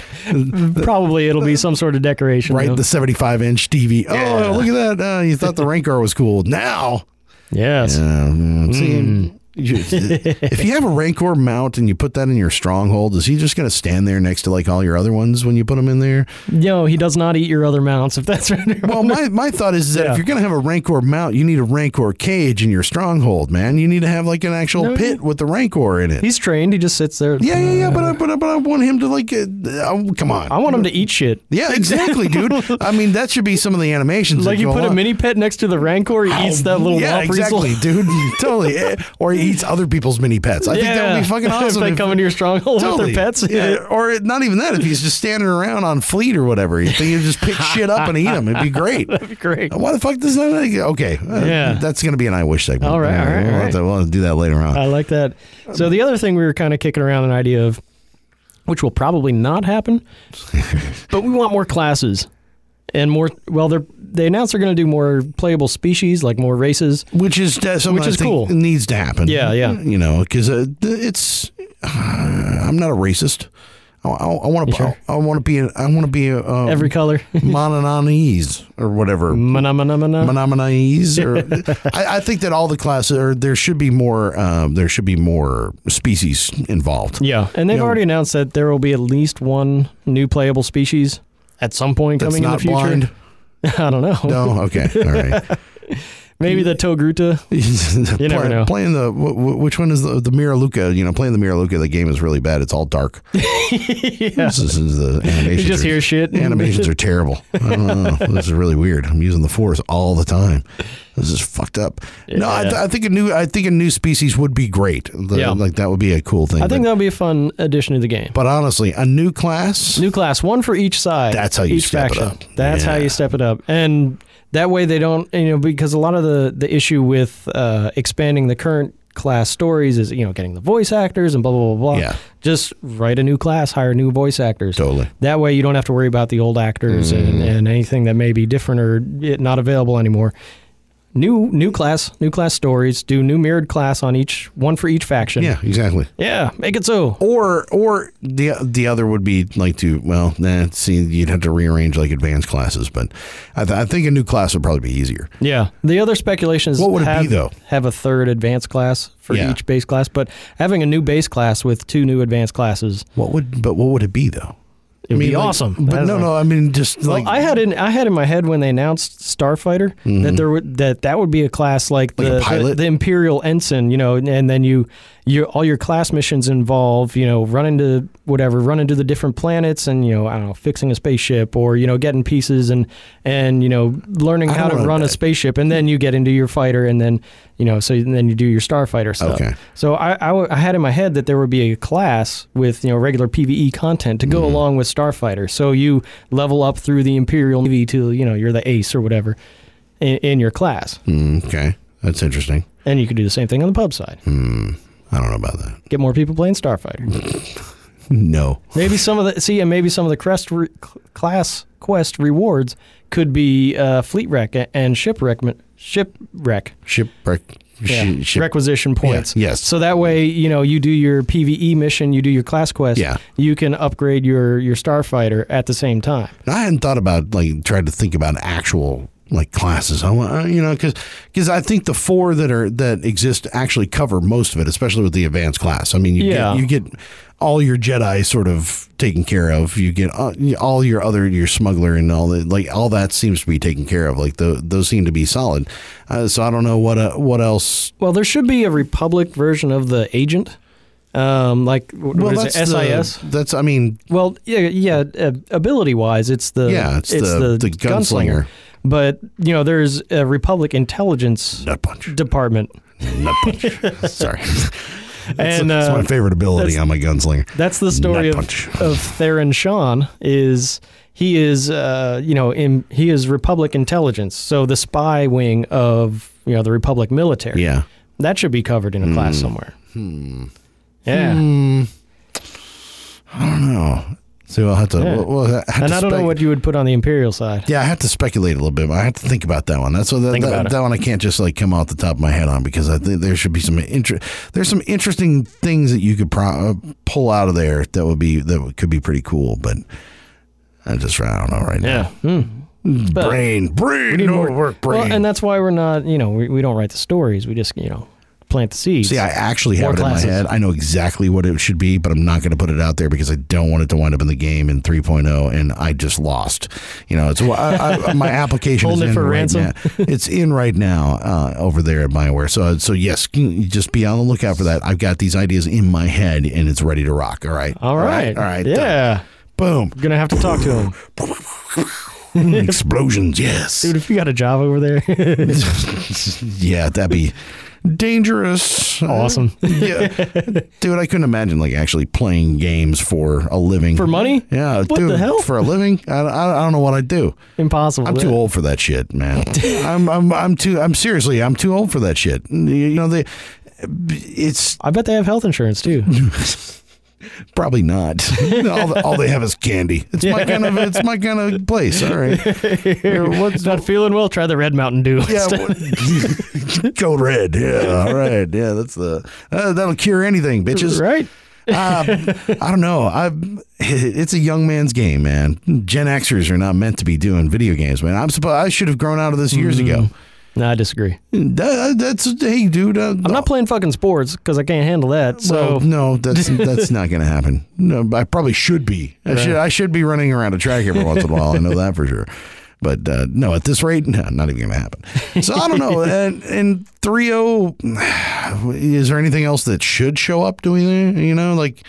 Speaker 2: probably it'll be some sort of decoration.
Speaker 1: right
Speaker 2: though.
Speaker 1: the 75 inch tv
Speaker 2: Yeah.
Speaker 1: oh look at that uh, you thought the rancor was cool now
Speaker 2: yes.
Speaker 1: um, see, you- if you have a rancor mount and you put that in your stronghold is he just going to stand there next to like all your other ones when you put them in there
Speaker 2: No, he does not eat your other mounts. If that's right.
Speaker 1: well my, my thought is that
Speaker 2: Yeah.
Speaker 1: if you're going to have a rancor mount you need a rancor cage in your stronghold man you need to have like an actual
Speaker 2: No,
Speaker 1: pit with the rancor in it
Speaker 2: He's trained. He just sits there.
Speaker 1: yeah yeah yeah but I, but, I, but I want him to like uh, uh, come on
Speaker 2: I want him to eat shit.
Speaker 1: yeah exactly dude i mean that should be some of the animations
Speaker 2: Like
Speaker 1: that
Speaker 2: you
Speaker 1: go
Speaker 2: put a
Speaker 1: on.
Speaker 2: mini pet next to the rancor, he eats that little
Speaker 1: yeah,
Speaker 2: whelp
Speaker 1: exactly, dude. totally. Eh, Or he eats other people's mini pets. I think that would be fucking awesome.
Speaker 2: if they
Speaker 1: if-
Speaker 2: come into your stronghold
Speaker 1: totally.
Speaker 2: with their pets.
Speaker 1: Yeah, Or it- not even that. If he's just standing around on Fleet or whatever, you think you just pick shit up and eat them. It'd be great.
Speaker 2: That'd be great.
Speaker 1: Why the fuck does that? Okay, uh,
Speaker 2: Yeah.
Speaker 1: that's gonna be an I wish segment.
Speaker 2: All right, all right, Uh,
Speaker 1: we'll,
Speaker 2: all
Speaker 1: Have to, we'll have to do that later on.
Speaker 2: I like that. So the other thing we were kind of kicking around an idea of, which will probably not happen, but we want more classes and more. Well, they're they announced they're going to do more playable species, like more races.
Speaker 1: which is de- something
Speaker 2: Which
Speaker 1: I
Speaker 2: is
Speaker 1: think
Speaker 2: cool.
Speaker 1: Needs to happen.
Speaker 2: Yeah, yeah.
Speaker 1: You know, because uh, th- it's I'm not a racist. I, want to.
Speaker 2: sure?
Speaker 1: I, want to be. an- I want to be a, a
Speaker 2: Every color.
Speaker 1: Mononese or whatever.
Speaker 2: Mana, mana, mana.
Speaker 1: Monomonese, or I, I think that all the classes, or there should be more, um, there should be more species involved.
Speaker 2: Yeah, and they've
Speaker 1: Yeah.
Speaker 2: already announced that there will be at least one new playable species at some point
Speaker 1: That's
Speaker 2: coming in the
Speaker 1: not
Speaker 2: future.
Speaker 1: blind.
Speaker 2: I don't know.
Speaker 1: No, okay, all right.
Speaker 2: Maybe the Togruta.
Speaker 1: you
Speaker 2: never know.
Speaker 1: Playing the wh- wh- which one is the the Miraluka? You know, playing the Miraluka. The game is really bad. It's all dark.
Speaker 2: yeah,
Speaker 1: This is this is the
Speaker 2: you
Speaker 1: animations.
Speaker 2: just
Speaker 1: are,
Speaker 2: hear shit.
Speaker 1: the animations are terrible. I don't know. This is really weird. I'm using the force all the time. This is fucked up. No, I, th-
Speaker 2: Yeah.
Speaker 1: I think a new I think a new species would be great. The-
Speaker 2: Yeah.
Speaker 1: like that would be a cool thing.
Speaker 2: I
Speaker 1: But-
Speaker 2: think that'll be a fun addition to the game.
Speaker 1: But honestly, a new class.
Speaker 2: New class, one for each side.
Speaker 1: That's how you
Speaker 2: each
Speaker 1: step it
Speaker 2: faction.
Speaker 1: up.
Speaker 2: That's how
Speaker 1: Yeah.
Speaker 2: you step it up, and that way they don't, you know, because a lot of the the issue with uh, expanding the current class stories is you know getting the voice actors and blah blah blah blah.
Speaker 1: Yeah.
Speaker 2: Just write a new class, hire new voice actors.
Speaker 1: Totally. Mm-hmm.
Speaker 2: That way you don't have to worry about the old actors and, and anything that may be different or it not available anymore. New new class, new class stories. Do new mirrored class on each one for each faction.
Speaker 1: Yeah, exactly.
Speaker 2: Yeah, make it so.
Speaker 1: Or or the the other would be like to well, nah, see, you'd have to rearrange like advanced classes, but I, th- I think a new class would probably be easier.
Speaker 2: Yeah. The other speculation is
Speaker 1: What would it be,
Speaker 2: have,
Speaker 1: though?
Speaker 2: Have a third advanced class for
Speaker 1: Yeah.
Speaker 2: each base class, but having a new base class with two new advanced classes
Speaker 1: What would but what would it be though?
Speaker 2: would
Speaker 1: I mean,
Speaker 2: be
Speaker 1: like-
Speaker 2: awesome.
Speaker 1: But
Speaker 2: That's
Speaker 1: no,
Speaker 2: like-
Speaker 1: no, I mean just like
Speaker 2: well, I had in I had in my head when they announced Starfighter that there would that that would be a class like,
Speaker 1: Mm-hmm. Like a
Speaker 2: the, the-
Speaker 1: pilot?
Speaker 2: the Imperial Ensign, you know, and, and then you your all your class missions involve you know running to whatever, running to the different planets, and you know I don't know fixing a spaceship or you know getting pieces and and you know learning
Speaker 1: I
Speaker 2: how to
Speaker 1: don't know
Speaker 2: run a
Speaker 1: that.
Speaker 2: spaceship, and then you get into your fighter, and then you know so and then you do your Starfighter stuff.
Speaker 1: Okay.
Speaker 2: So I, I w- I had in my head that there would be a class with you know regular PVE content to go
Speaker 1: Mm-hmm.
Speaker 2: along with Starfighter. So you level up through the Imperial Navy till you know you're the ace or whatever in, in your class,
Speaker 1: Mm, okay, that's interesting.
Speaker 2: and you could do the same thing on the pub side.
Speaker 1: Mm. I don't know about that.
Speaker 2: Get more people playing
Speaker 1: Mm.
Speaker 2: Starfighter.
Speaker 1: No,
Speaker 2: maybe some of the see, and maybe some of the crest re- cl- class quest rewards could be uh, fleet wreck a- and shipwreck ma- shipwreck
Speaker 1: shipwreck.
Speaker 2: Yeah.
Speaker 1: shi- ship-
Speaker 2: requisition points.
Speaker 1: yes.
Speaker 2: So that way, you know, you do your PVE mission, you do your class quest.
Speaker 1: Yeah.
Speaker 2: You can upgrade your your starfighter at the same time.
Speaker 1: I hadn't thought about like tried to think about actual like classes. I want uh, you know because I think the four that are that exist actually cover most of it, especially with the advanced class. I mean, you
Speaker 2: Yeah.
Speaker 1: get you get all your Jedi sort of taken care of. You get uh, all your other your smuggler and all that like all that seems to be taken care of. Like tho- those seem to be solid. Uh, so I don't know what uh, what else.
Speaker 2: Well, there should be a Republic version of the agent, um, like wh- what is it,
Speaker 1: the-
Speaker 2: SIS.
Speaker 1: that's I mean
Speaker 2: Well, yeah, yeah. Uh, ability wise, it's the
Speaker 1: Yeah, it's the- the gunslinger.
Speaker 2: But you know, there's a Republic intelligence
Speaker 1: nut punch.
Speaker 2: department,
Speaker 1: Nut punch. Sorry. That's,
Speaker 2: and
Speaker 1: that's
Speaker 2: uh,
Speaker 1: my favorite ability.
Speaker 2: that's-
Speaker 1: I'm a gunslinger.
Speaker 2: That's the
Speaker 1: Nut
Speaker 2: story of,
Speaker 1: punch.
Speaker 2: of Theron Sean is he is uh, you know in, he is Republic intelligence, so the spy wing of you know the Republic military.
Speaker 1: Yeah.
Speaker 2: That should be covered in a class somewhere. Hmm. Yeah.
Speaker 1: Hmm. No. Oh. So I'll have to.
Speaker 2: Yeah.
Speaker 1: Well, well, I have
Speaker 2: And
Speaker 1: to
Speaker 2: I don't know
Speaker 1: spec-
Speaker 2: what you would put on the Imperial side.
Speaker 1: Yeah, I have to speculate a little bit. I have to think about that one. That's what that,
Speaker 2: Think about
Speaker 1: that,
Speaker 2: it.
Speaker 1: that one I can't just like come off the top of my head on because I think there should be some interest. There's some interesting things that you could pro- uh, pull out of there that would be that could be pretty cool. But I just I don't know right
Speaker 2: Hmm.
Speaker 1: now.
Speaker 2: But-
Speaker 1: Brain, brain, no work, brain.
Speaker 2: Well, and that's why we're not, you know, we, we don't write the stories. We just, you know, plant the seeds.
Speaker 1: See, I actually
Speaker 2: More
Speaker 1: have it
Speaker 2: classes.
Speaker 1: in my head. I know exactly what it should be, but I'm not going to put it out there because I don't want it to wind up in the game in 3.0 and I just lost. You know, it's I, I, my application is
Speaker 2: Holding it
Speaker 1: in
Speaker 2: for
Speaker 1: right
Speaker 2: ransom.
Speaker 1: now. It's in right now uh, over there at Bioware. So, so yes, can you just be on the lookout for that. I've got these ideas in my head and it's ready to rock. All right.
Speaker 2: all right.
Speaker 1: All right. uh, done.
Speaker 2: Yeah.
Speaker 1: Boom.
Speaker 2: Gonna have to talk to him.
Speaker 1: Explosions. Yes.
Speaker 2: Dude, if you got a job over there,
Speaker 1: yeah, that'd be dangerous.
Speaker 2: Awesome.
Speaker 1: yeah, dude, I couldn't imagine like actually playing games for a living.
Speaker 2: for money?
Speaker 1: Yeah,
Speaker 2: What
Speaker 1: dude,
Speaker 2: the hell?
Speaker 1: for a living. I, I, I don't know what I'd do.
Speaker 2: Impossible.
Speaker 1: I'm too old for that shit, man. I'm, I'm I'm too I'm seriously I'm too old for that shit. You know they, it's
Speaker 2: I bet they have health insurance too.
Speaker 1: probably not. all, all they have is candy. It's my kind of it's my kind of place. All right,
Speaker 2: What's not feeling well? Try the Red Mountain Dew.
Speaker 1: Yeah, what- code red. Yeah, all right. Yeah, that's the uh, that'll cure anything, bitches.
Speaker 2: right.
Speaker 1: Uh, I don't know. I it's a young man's game, man. Gen Xers are not meant to be doing video games, man. I'm supposed I should have grown out of this
Speaker 2: Mm.
Speaker 1: years ago.
Speaker 2: No, I disagree.
Speaker 1: That- that's hey, dude. uh,
Speaker 2: I'm not playing fucking sports because I can't handle that. So
Speaker 1: well, Oh, no, that's that's not going to happen. No, I probably should be. I should I should be running around a track every once in a while. I know that for sure. But uh, no, at this rate, no, not even going to happen. So I don't know. and and three zero, is there anything else that should show up? Do we you know like?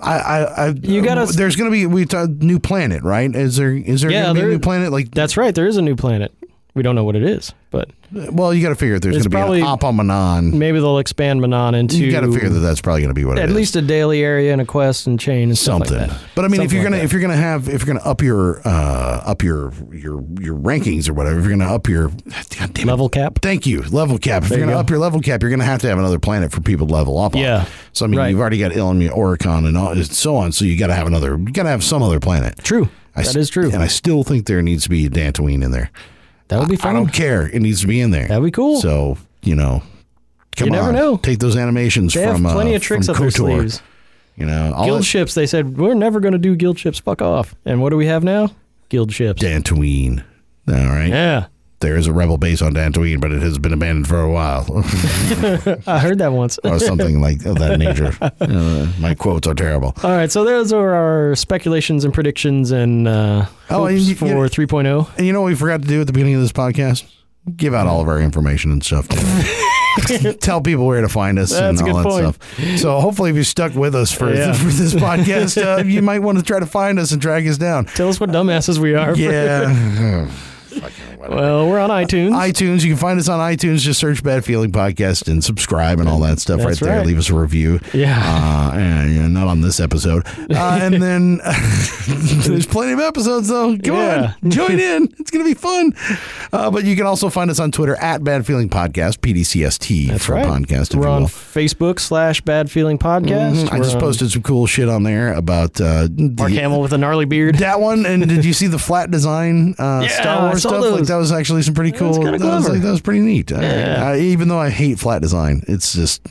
Speaker 1: I, I, I
Speaker 2: You gotta-
Speaker 1: There's gonna be we talk, new planet, right? Is there is there
Speaker 2: Yeah,
Speaker 1: gonna be
Speaker 2: there-
Speaker 1: a new planet? Like,
Speaker 2: that's right. There is a new planet. We don't know what it is, but
Speaker 1: well, you got to figure if there's
Speaker 2: It's
Speaker 1: gonna be an Apamanon.
Speaker 2: maybe they'll expand Manon into
Speaker 1: You got to figure that that's probably gonna be what it
Speaker 2: at
Speaker 1: is.
Speaker 2: least a daily area and a quest and chain and stuff like
Speaker 1: something.
Speaker 2: that.
Speaker 1: But I mean, if
Speaker 2: Something
Speaker 1: you're
Speaker 2: like
Speaker 1: gonna
Speaker 2: that.
Speaker 1: if you're gonna have if you're gonna up your uh, up your your your rankings or whatever, if you're gonna up your God damn it.
Speaker 2: level cap.
Speaker 1: Thank you, level cap. If you're
Speaker 2: you
Speaker 1: gonna
Speaker 2: go.
Speaker 1: up your level cap, you're gonna have to have another planet for people to level up on.
Speaker 2: Yeah.
Speaker 1: So I mean,
Speaker 2: Right.
Speaker 1: you've already got Ilum, Oricon, and all, and so on. So you got to have another. You got to have some other planet.
Speaker 2: True.
Speaker 1: I
Speaker 2: that
Speaker 1: s-
Speaker 2: is true.
Speaker 1: And I still think there needs to be a Dantooine in there.
Speaker 2: that would be
Speaker 1: I
Speaker 2: fun.
Speaker 1: don't care. It needs to be in there.
Speaker 2: That'd be cool.
Speaker 1: So you know, come
Speaker 2: You never
Speaker 1: on,
Speaker 2: know.
Speaker 1: Take those animations
Speaker 2: they
Speaker 1: from
Speaker 2: have plenty
Speaker 1: uh,
Speaker 2: of tricks
Speaker 1: from
Speaker 2: up their
Speaker 1: KOTOR,
Speaker 2: sleeves.
Speaker 1: You know, all
Speaker 2: Guild
Speaker 1: that-
Speaker 2: ships. They said we're never going to do guild ships. Fuck off. And what do we have now? Guild ships.
Speaker 1: Dantooine. All right.
Speaker 2: Yeah,
Speaker 1: There is a rebel base on Dantooine, but it has been abandoned for a while,
Speaker 2: I heard that once.
Speaker 1: or something like of that nature. Uh, my quotes are terrible.
Speaker 2: All right, so those are our speculations and predictions and uh,
Speaker 1: Oh,
Speaker 2: hopes
Speaker 1: and you-
Speaker 2: for oh.
Speaker 1: you-
Speaker 2: 3.0.
Speaker 1: And you know what we forgot to do at the beginning of this podcast? Give out all of our information and stuff. too. Tell people where to find us
Speaker 2: That's a
Speaker 1: and all
Speaker 2: good
Speaker 1: that
Speaker 2: point.
Speaker 1: stuff. So hopefully, if you stuck with us for,
Speaker 2: Yeah.
Speaker 1: for this podcast, uh, you might want to try to find us and drag us down.
Speaker 2: Tell us what dumbasses we are.
Speaker 1: Yeah. Fucking whatever.
Speaker 2: Well, we're on iTunes.
Speaker 1: iTunes. You can find us on iTunes. Just search Bad Feeling Podcast and subscribe and all that stuff
Speaker 2: That's
Speaker 1: right there.
Speaker 2: right.
Speaker 1: Leave us a review.
Speaker 2: Yeah.
Speaker 1: Uh, and, you know, not on this episode. Uh, and then there's plenty of episodes, though. Come
Speaker 2: Yeah.
Speaker 1: on. Join in. It's going to be fun. Uh, but you can also find us on Twitter at Bad Feeling Podcast, PDCST
Speaker 2: That's
Speaker 1: for
Speaker 2: right.
Speaker 1: podcast, if
Speaker 2: we're
Speaker 1: you
Speaker 2: on
Speaker 1: will. Mm-hmm.
Speaker 2: Facebook slash Bad Feeling Podcast.
Speaker 1: I
Speaker 2: We're
Speaker 1: just
Speaker 2: on
Speaker 1: posted some cool shit on there about uh,
Speaker 2: Mark
Speaker 1: the,
Speaker 2: Hamill with a gnarly beard.
Speaker 1: that one and did you see the flat design uh,
Speaker 2: Yeah,
Speaker 1: Star
Speaker 2: I
Speaker 1: Wars
Speaker 2: saw
Speaker 1: stuff? Like
Speaker 2: those.
Speaker 1: that was actually some pretty cool.
Speaker 2: kinda
Speaker 1: That was,
Speaker 2: clever.
Speaker 1: like, that was pretty neat. I- I, even though I hate flat design, it's just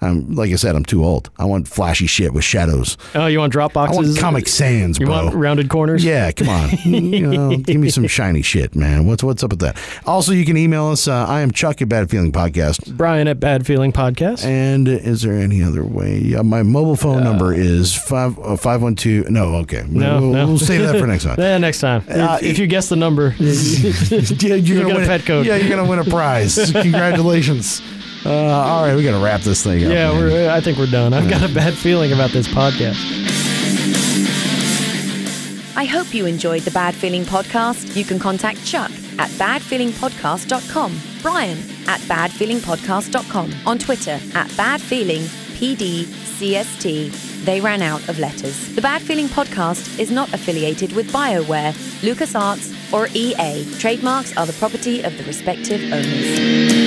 Speaker 1: I'm like I said, I'm too old. I want flashy shit with shadows.
Speaker 2: Oh, you want drop
Speaker 1: I
Speaker 2: boxes?
Speaker 1: want Comic Sans,
Speaker 2: You
Speaker 1: bro.
Speaker 2: want rounded corners?
Speaker 1: Yeah, come on. you know, give me some shiny shit, man. What's what's up with that? Also, you can email us. Uh, I am Chuck at Bad Feeling Podcast.
Speaker 2: Brian at Bad Feeling Podcast.
Speaker 1: And is there any other way? Uh, my mobile phone number is five uh, five one two. No, okay.
Speaker 2: No,
Speaker 1: we'll,
Speaker 2: no.
Speaker 1: we'll save that for next time.
Speaker 2: Yeah, next time. If,
Speaker 1: Uh,
Speaker 2: if you guess the number,
Speaker 1: yeah, you're
Speaker 2: get a
Speaker 1: win
Speaker 2: pet code.
Speaker 1: Yeah, you're gonna win a prize. Congratulations. Uh, all right, we gotta wrap this thing up.
Speaker 2: yeah,
Speaker 1: man.
Speaker 2: we're, I think we're done. I've got a bad feeling about this podcast.
Speaker 3: I hope you enjoyed the Bad Feeling Podcast. You can contact Chuck at badfeelingpodcast.com, Brian at badfeelingpodcast.com, on Twitter at badfeelingpdcst. They ran out of letters. The Bad Feeling Podcast is not affiliated with BioWare, E LucasArts, or EA. Trademarks are the property of the respective owners.